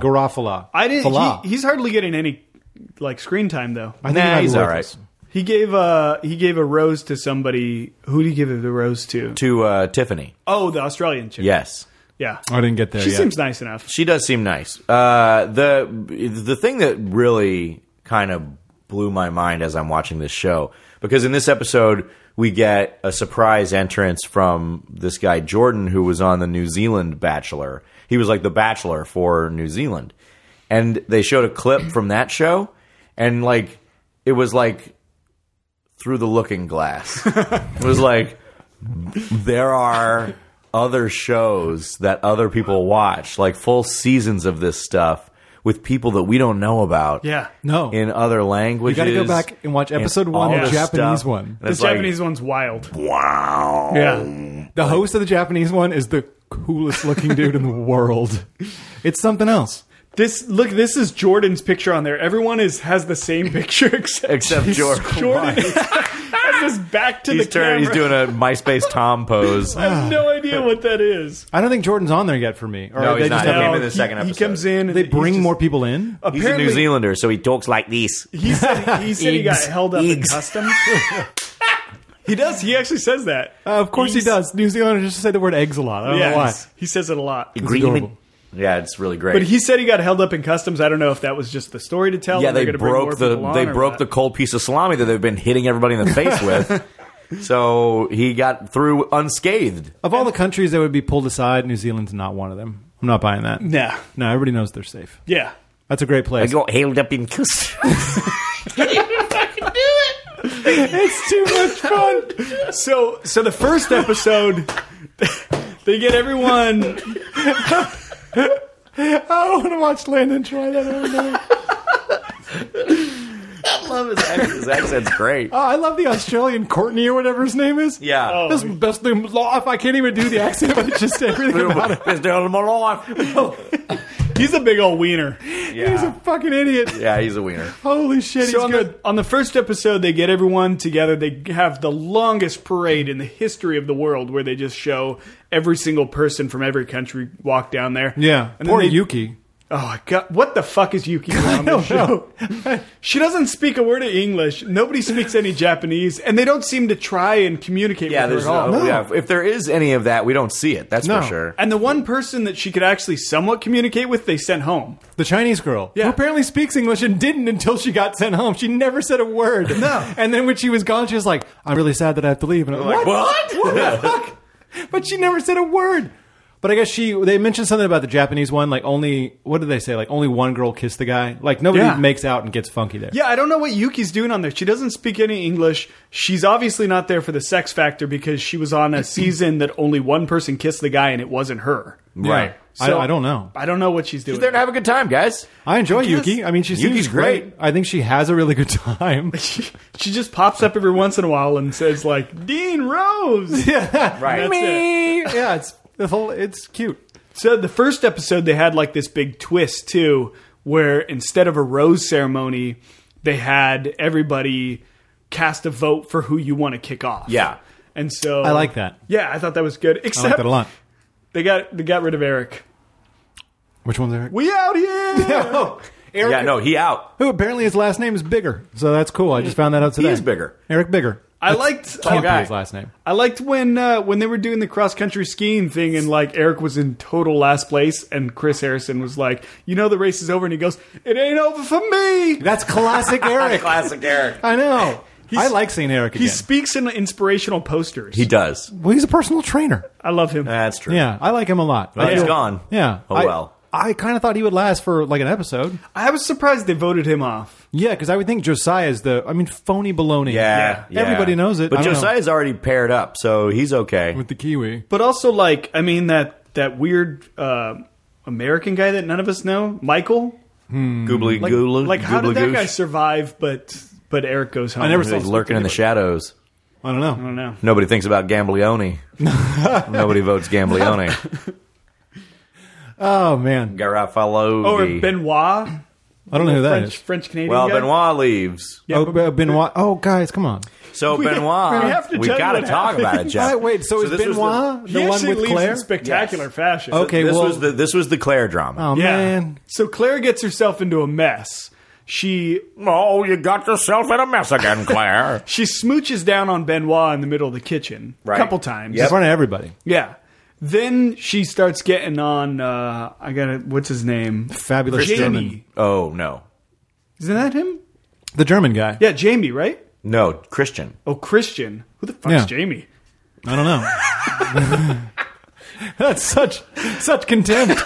Speaker 1: Garofalo. Garofalo.
Speaker 3: I didn't.
Speaker 1: Fala.
Speaker 3: He, he's hardly getting any like screen time though.
Speaker 1: I think he
Speaker 2: nah,
Speaker 1: might be
Speaker 2: he's all right.
Speaker 1: worthless.
Speaker 3: He gave uh he gave a rose to somebody. Who did he give the rose to?
Speaker 2: To uh, Tiffany.
Speaker 3: Oh, the Australian chick.
Speaker 2: Yes.
Speaker 3: yeah.
Speaker 1: I didn't get there.
Speaker 3: She
Speaker 1: yet.
Speaker 3: seems nice enough.
Speaker 2: She does seem nice. Uh, the the thing that really kind of blew my mind as I'm watching this show because in this episode we get a surprise entrance from this guy Jordan who was on the New Zealand Bachelor. He was like the Bachelor for New Zealand, and they showed a clip from that show, and like it was like through the looking glass. it was like there are other shows that other people watch, like full seasons of this stuff with people that we don't know about.
Speaker 3: Yeah.
Speaker 1: No.
Speaker 2: In other languages.
Speaker 1: go back and watch episode one,
Speaker 2: all
Speaker 1: the
Speaker 2: this
Speaker 1: Japanese
Speaker 2: stuff.
Speaker 1: one.
Speaker 2: And
Speaker 1: The
Speaker 2: it's
Speaker 3: This
Speaker 2: like,
Speaker 3: Japanese one's wild.
Speaker 2: Wow.
Speaker 3: Yeah.
Speaker 1: the host of the Japanese one is the coolest looking dude in the world. It's something else.
Speaker 3: This look. This is Jordan's picture on there. Everyone is has the same picture except
Speaker 2: Except Jordan.
Speaker 3: Jordan has his back to
Speaker 2: He's,
Speaker 3: the
Speaker 2: turning, he's
Speaker 3: camera.
Speaker 2: doing a MySpace Tom pose.
Speaker 3: I have no idea what that is.
Speaker 1: I don't think Jordan's on there yet for me. Or
Speaker 2: No, he's
Speaker 1: they
Speaker 2: not.
Speaker 1: just have
Speaker 2: Came
Speaker 3: No,
Speaker 2: in the
Speaker 3: he-
Speaker 2: second
Speaker 3: He
Speaker 2: episode.
Speaker 3: comes in. And
Speaker 1: they
Speaker 3: he's
Speaker 1: bring
Speaker 3: just-
Speaker 1: more people in.
Speaker 2: He's a New
Speaker 3: apparently-
Speaker 2: Zealander, so he talks like this.
Speaker 3: He said he, said he got held up in
Speaker 2: Eggs.
Speaker 3: customs. he does. He actually says that.
Speaker 1: Uh, of course he
Speaker 3: Eggs.
Speaker 1: does. New Zealanders just say the word eggs a lot. I don't know why.
Speaker 3: Yes, he says it a lot.
Speaker 1: adorable.
Speaker 2: Yeah, it's really great.
Speaker 3: But he said he got held up in customs. I don't know if that was just the story to tell.
Speaker 2: yeah,
Speaker 3: and they're
Speaker 2: they
Speaker 3: gonna bring more
Speaker 2: broke the
Speaker 3: people on
Speaker 2: they
Speaker 3: or
Speaker 2: broke the
Speaker 3: what.
Speaker 2: cold piece of salami that they've been hitting everybody in the face with. So he got through unscathed.
Speaker 1: Of all the countries that would be pulled aside, New Zealand's not one of them. I'm not buying that.
Speaker 3: Nah.
Speaker 1: No, everybody knows they're safe.
Speaker 3: Yeah.
Speaker 1: That's a great place.
Speaker 2: got held up in customs.
Speaker 1: It's too much fun.
Speaker 3: So so the first episode, they get everyone.
Speaker 1: I want to watch Landon try that. out.
Speaker 2: love his accent. His accent's great.
Speaker 1: Oh, I love the Australian Courtney or whatever his name is.
Speaker 2: Yeah.
Speaker 1: That's the best thing. Law, if I can't even do the accent, but it's just everything about it.
Speaker 2: Best day of my life.
Speaker 3: He's a big old wiener.
Speaker 1: He's a
Speaker 2: Yeah.
Speaker 1: fucking idiot.
Speaker 2: yeah, he's a wiener.
Speaker 1: Holy shit,
Speaker 3: So
Speaker 1: he's
Speaker 3: on
Speaker 1: good.
Speaker 3: the on the first episode, they get everyone together. They have the longest parade in the history of the world, where they just show every single person from every country walk down there.
Speaker 1: yeah,
Speaker 3: and then
Speaker 1: poor
Speaker 3: they-
Speaker 1: Yuki.
Speaker 3: Oh my god, what the fuck is Yuki doing on this show? she doesn't speak a word of English. Nobody speaks any Japanese, and they don't seem to try and communicate
Speaker 2: Yeah,
Speaker 3: with
Speaker 2: there's
Speaker 3: her at all.
Speaker 2: no, yeah. If there is any of that, we don't see it. That's
Speaker 1: No.
Speaker 2: for sure.
Speaker 3: And the one person that she could actually somewhat communicate with, they sent home.
Speaker 1: The Chinese girl,
Speaker 3: Yeah.
Speaker 1: who apparently speaks English and didn't until she got sent home. She never said a word.
Speaker 3: No.
Speaker 1: And then when she was gone, she was like, I'm really sad that I have to leave. And I'm like,
Speaker 2: What?
Speaker 1: What the fuck? But she never said a word. But I guess she, they mentioned something about the Japanese one. Like, only, what did they say? Like, only one girl kissed the guy. Like, nobody
Speaker 3: Yeah.
Speaker 1: makes out and gets funky there.
Speaker 3: Yeah, I don't know what Yuki's doing on there. She doesn't speak any English. She's obviously not there for the sex factor because she was on a season that only one person kissed the guy and it wasn't her.
Speaker 2: Right.
Speaker 1: I, I don't know.
Speaker 3: I don't know what she's doing.
Speaker 2: They're to have a good time, guys.
Speaker 1: I enjoy Yuki. I mean, she
Speaker 2: Yuki's
Speaker 1: seems great.
Speaker 2: great.
Speaker 1: I think she has a really good time.
Speaker 3: she, she just pops up every once in a while and says like, "Dean Rose."
Speaker 1: yeah,
Speaker 2: Right.
Speaker 3: That's it.
Speaker 1: yeah. It's the whole. It's cute.
Speaker 3: So the first episode they had like this big twist too, where instead of a rose ceremony, they had everybody cast a vote for who you want to kick off.
Speaker 2: Yeah.
Speaker 3: And so
Speaker 1: I like that.
Speaker 3: Yeah, I thought that was good.
Speaker 1: I
Speaker 3: Except
Speaker 1: like that a lot.
Speaker 3: they got they got rid of Eric.
Speaker 1: Which one's Eric?
Speaker 3: We out here.
Speaker 1: Oh, Eric.
Speaker 2: Yeah, no, he out.
Speaker 1: Who apparently his last name is Bigger, Oh, so that's cool. I just found that out today.
Speaker 2: is Bigger.
Speaker 1: Eric Bigger.
Speaker 3: I liked.
Speaker 1: Can't
Speaker 3: I,
Speaker 1: be his last name.
Speaker 3: I liked when uh, when they were doing the cross country skiing thing, and like Eric was in total last place, and Chris Harrison was like, "You know, the race is over," and he goes, "It ain't over for me."
Speaker 1: That's classic Eric.
Speaker 2: Classic Eric.
Speaker 1: I know. I like seeing Eric
Speaker 3: He
Speaker 1: again.
Speaker 3: speaks in inspirational posters.
Speaker 2: He does.
Speaker 1: well, he's a personal trainer.
Speaker 3: I love
Speaker 1: Uh,
Speaker 3: him.
Speaker 2: That's true.
Speaker 1: Yeah, I like him a lot.
Speaker 2: But
Speaker 1: I
Speaker 2: he's
Speaker 1: feel-
Speaker 2: gone.
Speaker 1: Yeah.
Speaker 2: Oh
Speaker 1: I-
Speaker 2: well.
Speaker 1: I, kind of thought he would last for like an episode.
Speaker 3: I was surprised they voted him off.
Speaker 1: Yeah, because I would think Josiah is the. I mean, phony baloney.
Speaker 2: Yeah, yeah.
Speaker 1: Everybody knows it.
Speaker 2: But
Speaker 1: I don't know.
Speaker 2: Josiah's already paired up, so he's okay.
Speaker 1: with the Kiwi.
Speaker 3: But also, like, I mean that that weird uh, American guy that none of us know, Michael.
Speaker 2: Goobly
Speaker 3: Like,
Speaker 2: goobly.
Speaker 3: like how did
Speaker 2: goobly
Speaker 3: that
Speaker 2: goosh.
Speaker 3: guy survive? But but Eric goes home.
Speaker 1: I never saw-
Speaker 2: He's lurking in the shadows.
Speaker 1: I don't
Speaker 3: I
Speaker 1: know.
Speaker 3: don't know.
Speaker 2: Nobody thinks about Gamblione. Nobody votes Gamblione.
Speaker 1: Oh man,
Speaker 2: Garofalo.
Speaker 3: Oh, and Benoit,
Speaker 1: I don't know who that
Speaker 3: French
Speaker 1: is.
Speaker 3: French Canadian.
Speaker 2: Well,
Speaker 3: guy.
Speaker 2: Benoit leaves.
Speaker 1: Oh, but Benoit. Oh, guys, come on.
Speaker 2: So Benoit,
Speaker 3: we have to tell you
Speaker 2: gotta
Speaker 3: what
Speaker 2: talk
Speaker 3: happened.
Speaker 2: about it, Jeff.
Speaker 1: Alright, wait, so is
Speaker 2: this was
Speaker 1: Benoit
Speaker 3: He
Speaker 1: the one
Speaker 3: actually
Speaker 1: with
Speaker 3: leaves
Speaker 1: Claire?
Speaker 3: in spectacular fashion.
Speaker 2: The,
Speaker 1: Okay,
Speaker 2: this
Speaker 1: well-
Speaker 2: was the this was the Claire drama.
Speaker 1: Oh
Speaker 3: Yeah.
Speaker 1: man,
Speaker 3: So Claire gets herself into a mess. She
Speaker 2: oh, you got yourself in a mess again, Claire.
Speaker 3: she smooches down on Benoit in the middle of the kitchen
Speaker 2: Right.
Speaker 3: a couple times.
Speaker 1: in front of everybody.
Speaker 3: Yeah. Then she starts getting on. Uh, I got to What's his name?
Speaker 1: Fabulous German.
Speaker 3: Jamie.
Speaker 2: oh no,
Speaker 3: Isn't that him?
Speaker 1: The German guy.
Speaker 3: Yeah, Jamie. Right?
Speaker 2: no, Christian.
Speaker 3: Oh, Christian. Who the fuck's
Speaker 1: Yeah.
Speaker 3: Jamie?
Speaker 1: I don't know. That's such such contempt.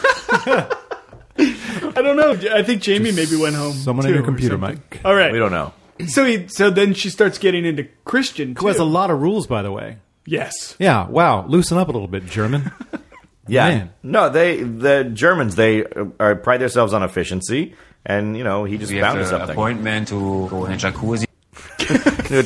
Speaker 3: I don't know. I think Jamie maybe went home.
Speaker 1: Someone in
Speaker 3: too
Speaker 1: your
Speaker 3: or
Speaker 1: computer,
Speaker 3: something.
Speaker 1: Mike.
Speaker 3: All right.
Speaker 2: We don't know.
Speaker 3: So he. So then she starts getting into Christian.
Speaker 1: Who has
Speaker 3: too.
Speaker 1: a lot of rules, by the way.
Speaker 3: Yes.
Speaker 1: Yeah. Wow. Loosen up a little bit, German.
Speaker 2: Yeah,
Speaker 1: Man.
Speaker 2: no, they the Germans they uh, are, pride themselves on efficiency, and you know he just
Speaker 7: We
Speaker 2: found
Speaker 7: have an
Speaker 2: something.
Speaker 7: appointment to go in a jacuzzi.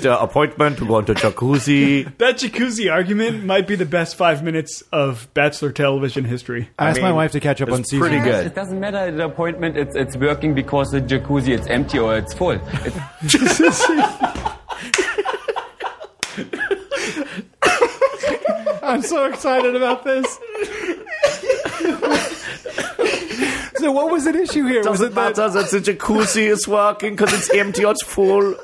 Speaker 2: Uh, appointment to go into jacuzzi.
Speaker 3: That jacuzzi argument might be the best five minutes of Bachelor television history.
Speaker 1: I, asked my
Speaker 2: mean,
Speaker 1: wife to catch up
Speaker 2: it's
Speaker 1: on season.
Speaker 2: pretty good.
Speaker 5: It doesn't matter the appointment. It's it's working because the jacuzzi it's empty or it's full. It's
Speaker 1: I'm so excited about this. so what was an issue here? Was
Speaker 2: Doesn't
Speaker 1: it that?
Speaker 2: matter that the jacuzzi is working because it's empty or it's full.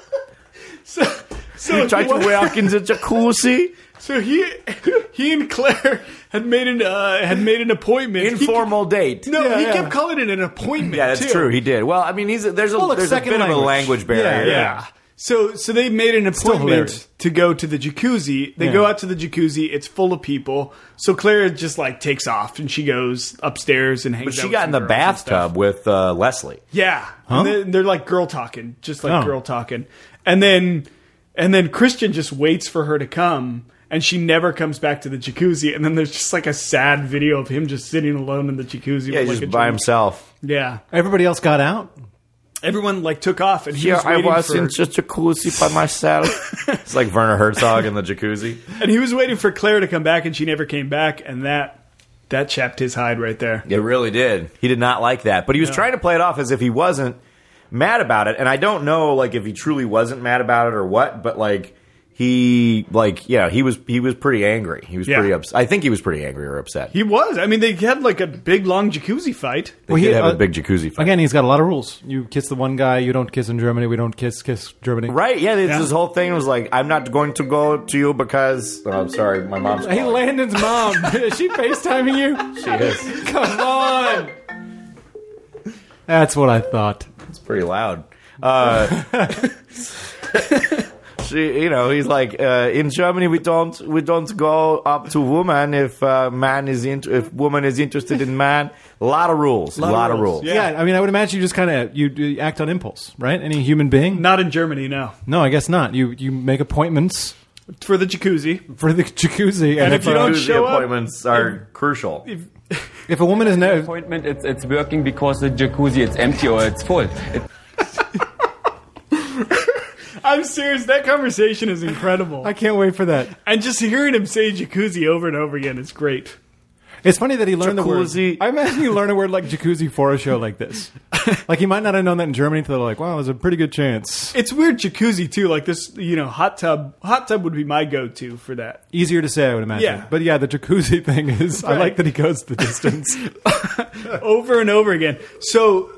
Speaker 3: So,
Speaker 2: Try to work in the jacuzzi.
Speaker 3: so he he and Claire had made an uh, had made an appointment.
Speaker 2: Informal date.
Speaker 3: He, no,
Speaker 1: Yeah,
Speaker 3: he
Speaker 1: yeah.
Speaker 3: kept calling it an appointment.
Speaker 2: Yeah, that's
Speaker 3: too.
Speaker 2: true. He did. Well, I mean, he's there's a
Speaker 1: Well, look,
Speaker 2: there's a bit
Speaker 1: second
Speaker 2: of a
Speaker 1: language.
Speaker 2: language barrier.
Speaker 1: Yeah.
Speaker 3: Yeah. So so they made an
Speaker 1: Still
Speaker 3: appointment
Speaker 1: hilarious.
Speaker 3: to go to the jacuzzi. They
Speaker 1: Yeah.
Speaker 3: go out to the jacuzzi. It's full of people. So Claire just like takes off and she goes upstairs and hangs.
Speaker 2: But
Speaker 3: out
Speaker 2: she
Speaker 3: with
Speaker 2: got in
Speaker 3: some
Speaker 2: the
Speaker 3: girls and stuff.
Speaker 2: bathtub with uh, Leslie.
Speaker 3: Yeah, and then they're like girl talking, just like
Speaker 1: Oh.
Speaker 3: girl talking, and then and then Christian just waits for her to come, and she never comes back to the jacuzzi, and then there's just like a sad video of him just sitting alone in the jacuzzi.
Speaker 2: Yeah, he's
Speaker 3: with, like, a
Speaker 2: just by
Speaker 3: drink.
Speaker 2: himself.
Speaker 3: Yeah,
Speaker 1: Everybody else got out.
Speaker 3: everyone like took off, and he was waiting for,
Speaker 2: just jacuzzi by myself. it's like Werner Herzog in the jacuzzi.
Speaker 3: and he was waiting for Claire to come back, and she never came back, and that that chapped his hide right there.
Speaker 2: It really did. He did not like that, but he was trying to play it off as if he wasn't mad about it. And I don't know, like, if he truly wasn't mad about it or what. But like, he like yeah, he was he was pretty angry. He was
Speaker 3: Yeah.
Speaker 2: pretty upset. I think he was pretty angry or upset.
Speaker 3: He was. I mean, they had like a big long jacuzzi fight.
Speaker 2: they
Speaker 1: Well,
Speaker 2: did
Speaker 1: he-
Speaker 2: have
Speaker 1: uh,
Speaker 2: a big jacuzzi fight.
Speaker 1: Again, he's got a lot of rules. You kiss the one guy, you don't kiss in Germany. We don't kiss kiss Germany.
Speaker 2: Right? Yeah, this,
Speaker 3: Yeah.
Speaker 2: this whole thing was like, I'm not going to go to you because. Oh, I'm sorry, my mom's.
Speaker 1: Hey,
Speaker 2: calling.
Speaker 1: Landon's mom. is she FaceTiming you?
Speaker 2: She is.
Speaker 1: Come on. That's what I thought.
Speaker 2: It's pretty loud. Uh, she, you know, he's like, uh, in Germany, we don't we don't go up to woman if uh, man is in, if woman is interested in man. A lot of rules. A lot, of rules.
Speaker 1: Yeah. I mean, I would imagine you just kind of you, you act on impulse, right? Any human being?
Speaker 3: Not in Germany, no.
Speaker 1: No, I guess not. You you make appointments
Speaker 3: For the jacuzzi,
Speaker 1: for the jacuzzi, and,
Speaker 3: if you
Speaker 1: a,
Speaker 3: don't-
Speaker 2: Jacuzzi
Speaker 3: show up.
Speaker 2: appointments are crucial.
Speaker 1: if a woman is no,
Speaker 5: appointment. It's it's working because the jacuzzi it's empty or it's full. It,
Speaker 3: I'm serious. That conversation is incredible.
Speaker 1: I can't wait for that.
Speaker 3: And just hearing him say jacuzzi over and over again is great.
Speaker 1: It's funny that he learned
Speaker 2: Jacuzzi.
Speaker 1: the word. I imagine he learned a word like jacuzzi for a show like this. like he might not have known that in Germany until they're like, wow, there's a pretty good chance.
Speaker 3: It's weird jacuzzi too, like this, you know, hot tub. Hot tub would be my go-to for that.
Speaker 1: Easier to say, I would imagine.
Speaker 3: Yeah.
Speaker 1: But yeah, the jacuzzi thing is. I
Speaker 3: Right.
Speaker 1: like that he goes the distance.
Speaker 3: Over and over again. So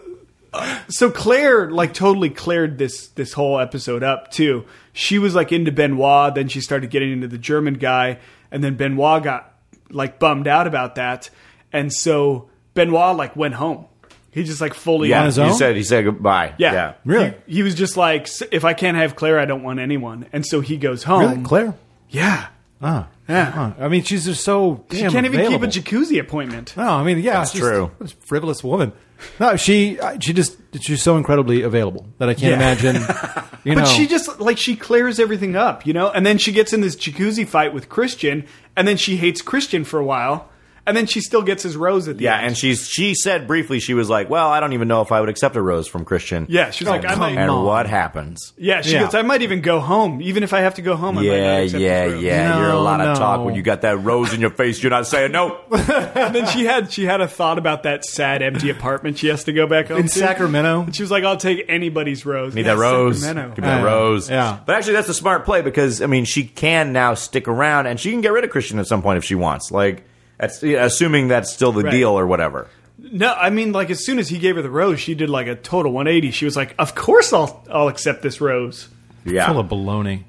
Speaker 3: so Claire like totally cleared this this whole episode up too. She was like into Benoit, then she started getting into the German guy, and then Benoit got like bummed out about that, and so Benoit like went home. He just like fully
Speaker 2: yeah,
Speaker 1: on his
Speaker 2: he
Speaker 1: own?
Speaker 2: said he said goodbye.
Speaker 3: yeah.
Speaker 1: Really?
Speaker 3: He, he was just like, "S- if I can't have Claire, I don't want anyone, and so he goes home.
Speaker 1: Really? Claire?
Speaker 3: Yeah,
Speaker 1: Ah.
Speaker 3: Um, Yeah.
Speaker 1: Ah. I mean, she's just so
Speaker 3: she
Speaker 1: damn
Speaker 3: can't even
Speaker 1: available.
Speaker 3: keep a jacuzzi appointment.
Speaker 1: No, I mean, yeah,
Speaker 2: That's
Speaker 1: it's just-
Speaker 2: true.
Speaker 1: it's a frivolous woman. No, she I- she just she's so incredibly available that I can't
Speaker 3: Yeah.
Speaker 1: imagine. You
Speaker 3: But
Speaker 1: know,
Speaker 3: she just like she clears everything up, you know, and then she gets in this jacuzzi fight with Christian, and then she hates Christian for a while, and then she still gets his rose at the
Speaker 2: Yeah,
Speaker 3: end.
Speaker 2: and she's she said briefly she was like, "Well, I don't even know if I would accept a rose from Christian."
Speaker 3: yeah, she's like, I
Speaker 1: come
Speaker 3: might,
Speaker 1: on.
Speaker 2: And what happens?
Speaker 3: yeah, she
Speaker 1: Yeah.
Speaker 3: goes, I might even go home, even if I have to go home. I might not
Speaker 2: Yeah,
Speaker 3: accept
Speaker 2: yeah,
Speaker 3: his rose."
Speaker 2: yeah. You're a
Speaker 1: No,
Speaker 2: lot
Speaker 1: no.
Speaker 2: of talk when you got that rose in your face. You're not saying no.
Speaker 3: And then she had she had a thought about that sad empty apartment she has to go back home
Speaker 1: in
Speaker 3: to.
Speaker 1: Sacramento.
Speaker 3: And she was like, I'll take anybody's rose.
Speaker 2: Need
Speaker 3: Yeah,
Speaker 2: that rose.
Speaker 3: Sacramento.
Speaker 2: Give me that
Speaker 1: Yeah.
Speaker 2: rose.
Speaker 1: Yeah.
Speaker 2: But actually, that's a smart play because I mean, she can now stick around and she can get rid of Christian at some point if she wants. Like, that's, yeah, assuming that's still the
Speaker 3: Right.
Speaker 2: deal or whatever.
Speaker 3: No, I mean, like as soon as he gave her the rose, she did like a total 180. She was like, "Of course, I'll I'll accept this rose."
Speaker 2: Yeah.
Speaker 1: Full of baloney.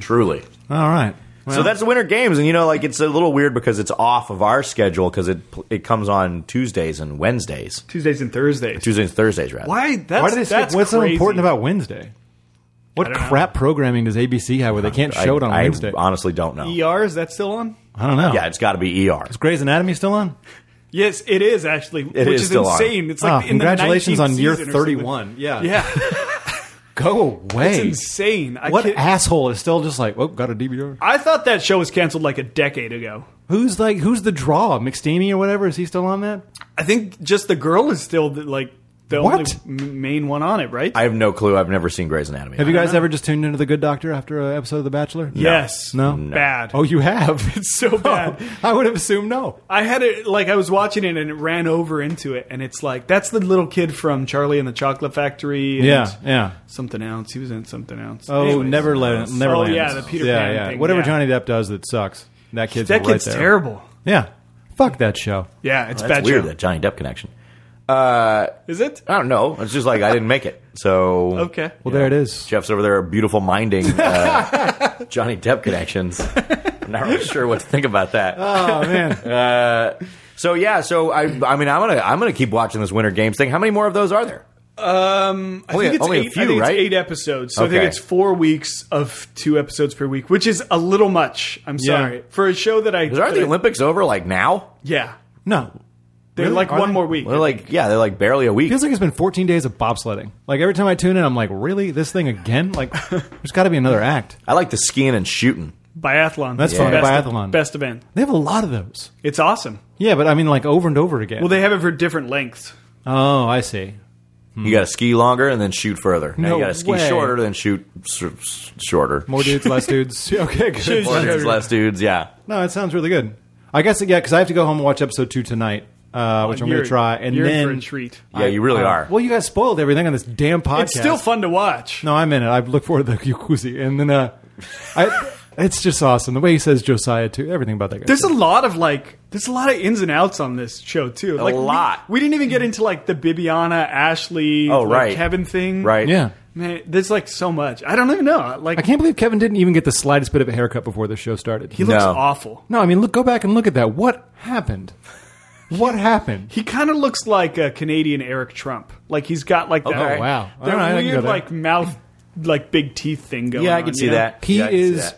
Speaker 2: Truly.
Speaker 1: All right. Well,
Speaker 2: so that's the Winter Games, and you know, like it's a little weird because it's off of our schedule because it it comes on Tuesdays and Wednesdays,
Speaker 3: Tuesdays and Thursdays.
Speaker 2: Tuesdays and Thursdays rather.
Speaker 3: Why? That's,
Speaker 1: why do they say
Speaker 3: that's
Speaker 1: what's so
Speaker 3: crazy.
Speaker 1: important about Wednesday? What
Speaker 3: don't know.
Speaker 1: crap programming does ABC have where they can't
Speaker 2: I,
Speaker 1: show it on
Speaker 2: I
Speaker 1: Wednesday? E I,
Speaker 2: honestly don't know.
Speaker 3: ER? Is that still on?
Speaker 1: don't know.
Speaker 2: Yeah, it's got to be ER.
Speaker 1: Is Grey's Anatomy still on?
Speaker 3: Yes, it is actually,
Speaker 2: It
Speaker 3: which
Speaker 2: is
Speaker 3: is,
Speaker 2: still on.
Speaker 3: insane. It's like
Speaker 1: Ah,
Speaker 3: in the
Speaker 1: congratulations
Speaker 3: 19th
Speaker 1: on year
Speaker 3: season or something.
Speaker 1: 31. Yeah.
Speaker 3: Yeah,
Speaker 1: Go away.
Speaker 3: it's insane. I
Speaker 1: what
Speaker 3: can't-
Speaker 1: asshole is still just like, oh, got a DVR?
Speaker 3: I thought that show was canceled like a decade ago.
Speaker 1: Who's like, who's the draw? McSteamy or whatever? Is he still on that?
Speaker 3: I think just the girl is still the, like the
Speaker 1: What?
Speaker 3: only m- main one on it, right?
Speaker 2: I have no clue. I've never seen Grey's Anatomy.
Speaker 1: Have you guys ever just tuned into The Good Doctor after an episode of The Bachelor?
Speaker 3: yes.
Speaker 1: No.
Speaker 3: Bad.
Speaker 1: Oh, you have.
Speaker 3: It's so bad.
Speaker 1: I would have assumed no.
Speaker 3: I had it like I was watching it and it ran over into it, and it's like that's the little kid from Charlie and the Chocolate Factory. And
Speaker 1: Yeah, yeah.
Speaker 3: Something else. He was in something else.
Speaker 1: Oh,
Speaker 3: Anyways.
Speaker 1: Neverland. Neverland.
Speaker 3: Oh, yeah, the Peter
Speaker 1: yeah,
Speaker 3: Pan
Speaker 1: yeah.
Speaker 3: thing,
Speaker 1: Whatever
Speaker 3: yeah.
Speaker 1: Johnny Depp does that sucks. That kid's
Speaker 3: That
Speaker 1: right
Speaker 3: kid's
Speaker 1: there. Oh,
Speaker 3: terrible.
Speaker 1: Yeah. Fuck that show.
Speaker 3: Yeah, it's
Speaker 2: That's
Speaker 3: bad.
Speaker 2: weird.
Speaker 3: show.
Speaker 2: That Johnny Depp connection.
Speaker 3: Is it?
Speaker 2: I don't know. It's just like I didn't make it. So
Speaker 3: Okay.
Speaker 1: Uh, Well, there it is.
Speaker 2: Jeff's over there, beautiful minding uh, Johnny Depp connections. I'm not really sure what to think about that. Uh,
Speaker 1: Oh man.
Speaker 2: so yeah, so I, I mean, I'm gonna, I'm gonna keep watching this Winter Games thing. How many more of those are there?
Speaker 3: Um, I
Speaker 2: Only-
Speaker 3: think it's
Speaker 2: only a
Speaker 3: eight, I
Speaker 2: few,
Speaker 3: think
Speaker 2: right?
Speaker 3: It's eight episodes, so I think
Speaker 2: Okay.
Speaker 3: it's four weeks of two episodes per week, which is a little much. I'm
Speaker 1: Yeah.
Speaker 3: sorry for a show that I.
Speaker 2: Because aren't
Speaker 3: that
Speaker 2: the
Speaker 3: I-
Speaker 2: Olympics over like now?
Speaker 3: Yeah,
Speaker 1: No.
Speaker 3: they're
Speaker 1: Really?
Speaker 3: like
Speaker 1: Are
Speaker 3: one
Speaker 1: they?
Speaker 3: more week.
Speaker 2: They're like, yeah, they're like barely a week.
Speaker 1: Feels like it's been 14 days of bobsledding. Like every time I tune in, I'm like, really? This thing again? Like, there's got to be another act.
Speaker 2: I like the skiing and shooting.
Speaker 3: biathlon.
Speaker 1: That's
Speaker 3: the
Speaker 1: fun,
Speaker 3: Best
Speaker 1: biathlon.
Speaker 3: Best event.
Speaker 1: They have a lot of those.
Speaker 3: It's awesome.
Speaker 1: Yeah, but I mean, like over and over again.
Speaker 3: Well, they have it for different lengths.
Speaker 1: oh, I see.
Speaker 2: You got to ski longer and then shoot further. Now
Speaker 1: Hmm. No
Speaker 2: you got to ski
Speaker 1: way.
Speaker 2: shorter then shoot s- s- shorter.
Speaker 1: More dudes, less dudes. Okay, good.
Speaker 2: More dudes, less dudes. Yeah.
Speaker 1: No, it sounds really good. I guess yeah, because I have to go home and watch episode two tonight, uh, which I'm going
Speaker 3: You're-
Speaker 1: to try, and
Speaker 3: you're in
Speaker 1: then
Speaker 3: for a treat.
Speaker 2: Yeah, you really
Speaker 1: Uh,
Speaker 2: are.
Speaker 1: Well, you guys spoiled everything on this damn podcast.
Speaker 3: It's still fun to watch.
Speaker 1: No, I'm in it. I look forward to the jacuzzi, and then uh, I, it's just awesome the way he says Josiah too. Everything about that guy.
Speaker 3: There's a lot of like, there's a lot of ins and outs on this show too. Like, we-
Speaker 2: lot.
Speaker 3: We, didn't even get into like the Bibiana, Ashley,
Speaker 2: Oh,
Speaker 3: like,
Speaker 2: right.
Speaker 3: Kevin thing,
Speaker 2: right.
Speaker 1: yeah.
Speaker 3: Man, there's like so much. I don't even know. Like,
Speaker 1: I can't believe Kevin didn't even get the slightest bit of a haircut before the show started.
Speaker 3: he looks
Speaker 2: No.
Speaker 3: awful.
Speaker 1: no, I mean, look, go back and look at that. What happened? What happened?
Speaker 3: He kind of looks like a Canadian Eric Trump. Like he's got like that.
Speaker 2: Okay.
Speaker 1: Oh, Wow.
Speaker 3: That
Speaker 1: All right, I can go
Speaker 3: weird
Speaker 1: there.
Speaker 3: like mouth, like big teeth thing going.
Speaker 2: Yeah, I
Speaker 3: on,
Speaker 2: can
Speaker 3: you
Speaker 2: see
Speaker 3: know?
Speaker 2: that.
Speaker 1: He
Speaker 2: Yeah, I can see
Speaker 1: is
Speaker 2: that.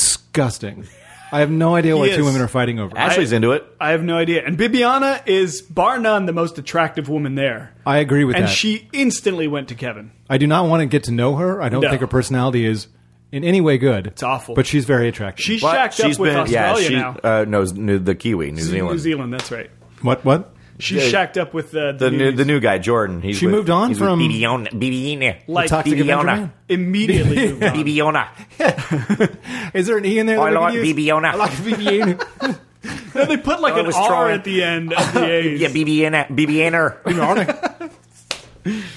Speaker 1: disgusting. I have no idea what two
Speaker 3: is.
Speaker 1: women are fighting over.
Speaker 2: Ashley's into it.
Speaker 3: I have no idea. And Bibiana is bar none the most attractive woman there,
Speaker 1: I agree with
Speaker 3: and
Speaker 1: that.
Speaker 3: she instantly went to Kevin.
Speaker 1: I do not want to get to know her. I don't
Speaker 3: No.
Speaker 1: think her personality is in any way good. It's
Speaker 3: awful.
Speaker 1: But she's very attractive.
Speaker 3: She's
Speaker 2: But
Speaker 3: shacked
Speaker 2: she's
Speaker 3: up with Australia
Speaker 2: she,
Speaker 3: now.
Speaker 2: Uh, no, s- new- the Kiwi, New Zealand.
Speaker 3: New Zealand, that's right.
Speaker 1: what? What?
Speaker 3: She's shacked up with uh, the,
Speaker 2: The new,
Speaker 3: New-
Speaker 2: the new guy, Jordan. He's
Speaker 1: She
Speaker 2: with-
Speaker 1: moved on
Speaker 2: he's with
Speaker 1: from-
Speaker 2: Bibiona. Bibiona.
Speaker 3: Like-
Speaker 1: Toxic Avenger Man?
Speaker 3: immediately. moved on.
Speaker 2: Bibiona.
Speaker 1: Is there an E in there? that
Speaker 2: I
Speaker 1: we can
Speaker 2: like
Speaker 1: use?
Speaker 2: Bibiana.
Speaker 1: I like Bibiana.
Speaker 3: No, they put like
Speaker 2: I
Speaker 3: an R
Speaker 2: Oh, was trying.
Speaker 3: at the end of the A's.
Speaker 2: Yeah, Bibiana. Bibiana.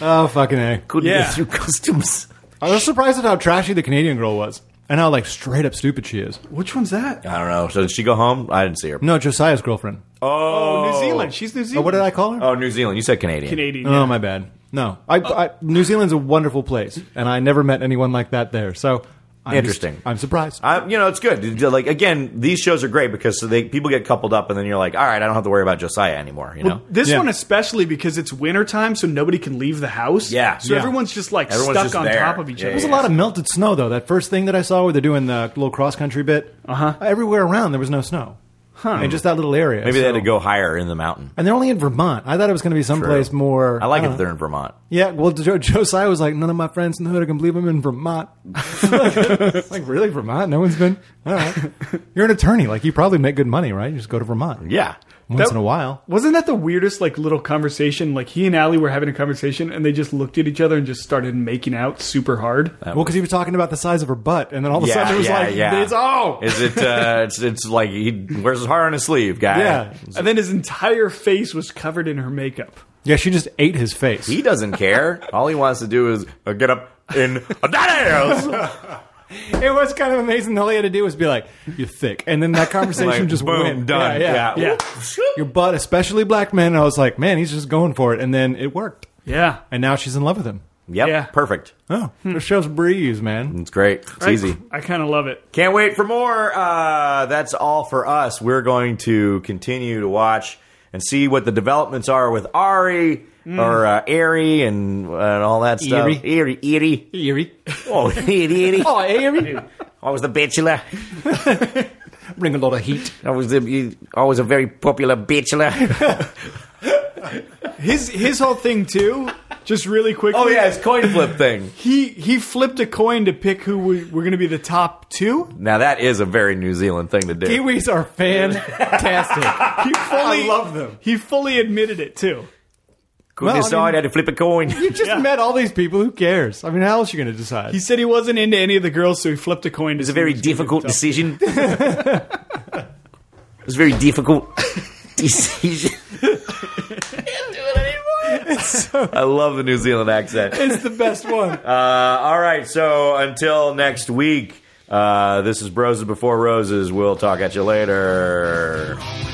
Speaker 1: oh fucking a!
Speaker 2: Couldn't
Speaker 3: Yeah.
Speaker 2: get through customs.
Speaker 1: I was surprised at how trashy the Canadian girl was, and how like straight up stupid she is.
Speaker 3: Which one's that?
Speaker 2: I don't know. So did she go home? I didn't see her.
Speaker 1: No, Josiah's girlfriend.
Speaker 3: Oh, New Zealand. She's New
Speaker 1: Oh,
Speaker 3: Zealand.
Speaker 1: what did I call her?
Speaker 2: Oh, New Zealand. You said Canadian.
Speaker 3: Canadian.
Speaker 1: Oh,
Speaker 3: yeah.
Speaker 1: my bad. No, I, I, New Zealand's a wonderful place, and I never met anyone like that there. So I'm
Speaker 2: Interesting.
Speaker 1: just- I'm surprised.
Speaker 2: I, you know, it's good. Like again, these shows are great because they people get coupled up, and then you're like, all right, I don't have to worry about Josiah anymore. You know,
Speaker 3: This
Speaker 1: Yeah.
Speaker 3: one especially because it's wintertime, so nobody can leave the house.
Speaker 2: Yeah.
Speaker 3: So
Speaker 2: Yeah.
Speaker 3: everyone's just like
Speaker 2: Everyone's
Speaker 3: stuck
Speaker 2: just
Speaker 3: on
Speaker 2: there.
Speaker 3: top of each
Speaker 2: Yeah,
Speaker 3: other.
Speaker 1: There's a lot of melted snow though. That first thing that I saw where they're doing the little cross country bit. Uh
Speaker 2: Uh-huh.
Speaker 1: huh. Everywhere around there was no snow. Huh. And just that little area.
Speaker 2: maybe they had
Speaker 1: so-
Speaker 2: to go higher in the mountain.
Speaker 1: And they're only in Vermont. I thought it was going to be someplace more.
Speaker 2: I like it
Speaker 1: don't know.
Speaker 2: that they're in Vermont.
Speaker 1: Yeah. Well, jo- Josiah was like, none of my friends in the hood are going to believe I'm in Vermont. like really, Vermont? No one's been. All right. You're an attorney. Like you probably make good money, right? You just go to Vermont.
Speaker 2: Yeah,
Speaker 1: Once
Speaker 3: That-
Speaker 1: in a while.
Speaker 3: Wasn't that the weirdest like little conversation? Like he and Allie were having a conversation and they just looked at each other and just started making out super hard.
Speaker 1: Well, because he was talking about the size of her butt, and then all of a
Speaker 2: yeah,
Speaker 1: sudden it was
Speaker 2: yeah,
Speaker 1: like,
Speaker 2: yeah.
Speaker 1: it's oh,
Speaker 2: Is it? Uh, it's it's like he wears his heart on his sleeve, guy.
Speaker 1: yeah,
Speaker 3: And then his entire face was covered in her makeup.
Speaker 1: yeah. She just ate his face.
Speaker 2: He doesn't care. All he wants to do is uh, get up in that ass.
Speaker 1: It was kind of amazing. All he had to do was be like, "You're thick," and then that conversation
Speaker 2: Like,
Speaker 1: just
Speaker 2: boom,
Speaker 1: went
Speaker 2: done.
Speaker 1: Yeah, yeah,
Speaker 2: Yeah.
Speaker 1: yeah. Your butt, especially black men. And I was like, man, he's just going for it, and then it worked.
Speaker 3: Yeah.
Speaker 1: And now she's in love with him.
Speaker 2: Yep,
Speaker 3: Yeah.
Speaker 2: perfect.
Speaker 1: Oh, the show's breeze, man.
Speaker 2: It's great. It's easy.
Speaker 3: I, kind of love it.
Speaker 2: Can't wait for more. Uh, that's all for us. We're going to continue to watch and see what the developments are with Ari or uh, Ari and and all that stuff.
Speaker 1: Mm. Eerie.
Speaker 2: Eerie, eerie.
Speaker 1: Eerie.
Speaker 2: Oh, eerie, eerie.
Speaker 1: Oh, eerie.
Speaker 2: I was the bachelor.
Speaker 1: Bring a lot of heat.
Speaker 2: I was the, I was a very popular bachelor.
Speaker 3: His his whole thing too. Just really quickly.
Speaker 2: oh yeah, it's coin flip thing.
Speaker 3: He he flipped a coin to pick who we, were going to be the top two.
Speaker 2: Now that is a very New Zealand thing to do.
Speaker 1: Kiwis are fantastic.
Speaker 3: He fully
Speaker 1: I love them.
Speaker 3: He fully admitted it too.
Speaker 2: Couldn't
Speaker 1: Well, I
Speaker 2: decide
Speaker 1: mean-
Speaker 2: how to flip a coin.
Speaker 1: you just
Speaker 3: Yeah.
Speaker 1: met all these people. Who cares? I mean, how else are you going to decide?
Speaker 3: He said he wasn't into any of the girls, so he flipped a coin.
Speaker 2: It's a very difficult decision. it was a very difficult decision. I love the New Zealand accent.
Speaker 1: it's the best one.
Speaker 2: Uh, all right, so until next week, uh, this is Broses Before Roses. We'll talk at you later.
Speaker 8: Rolling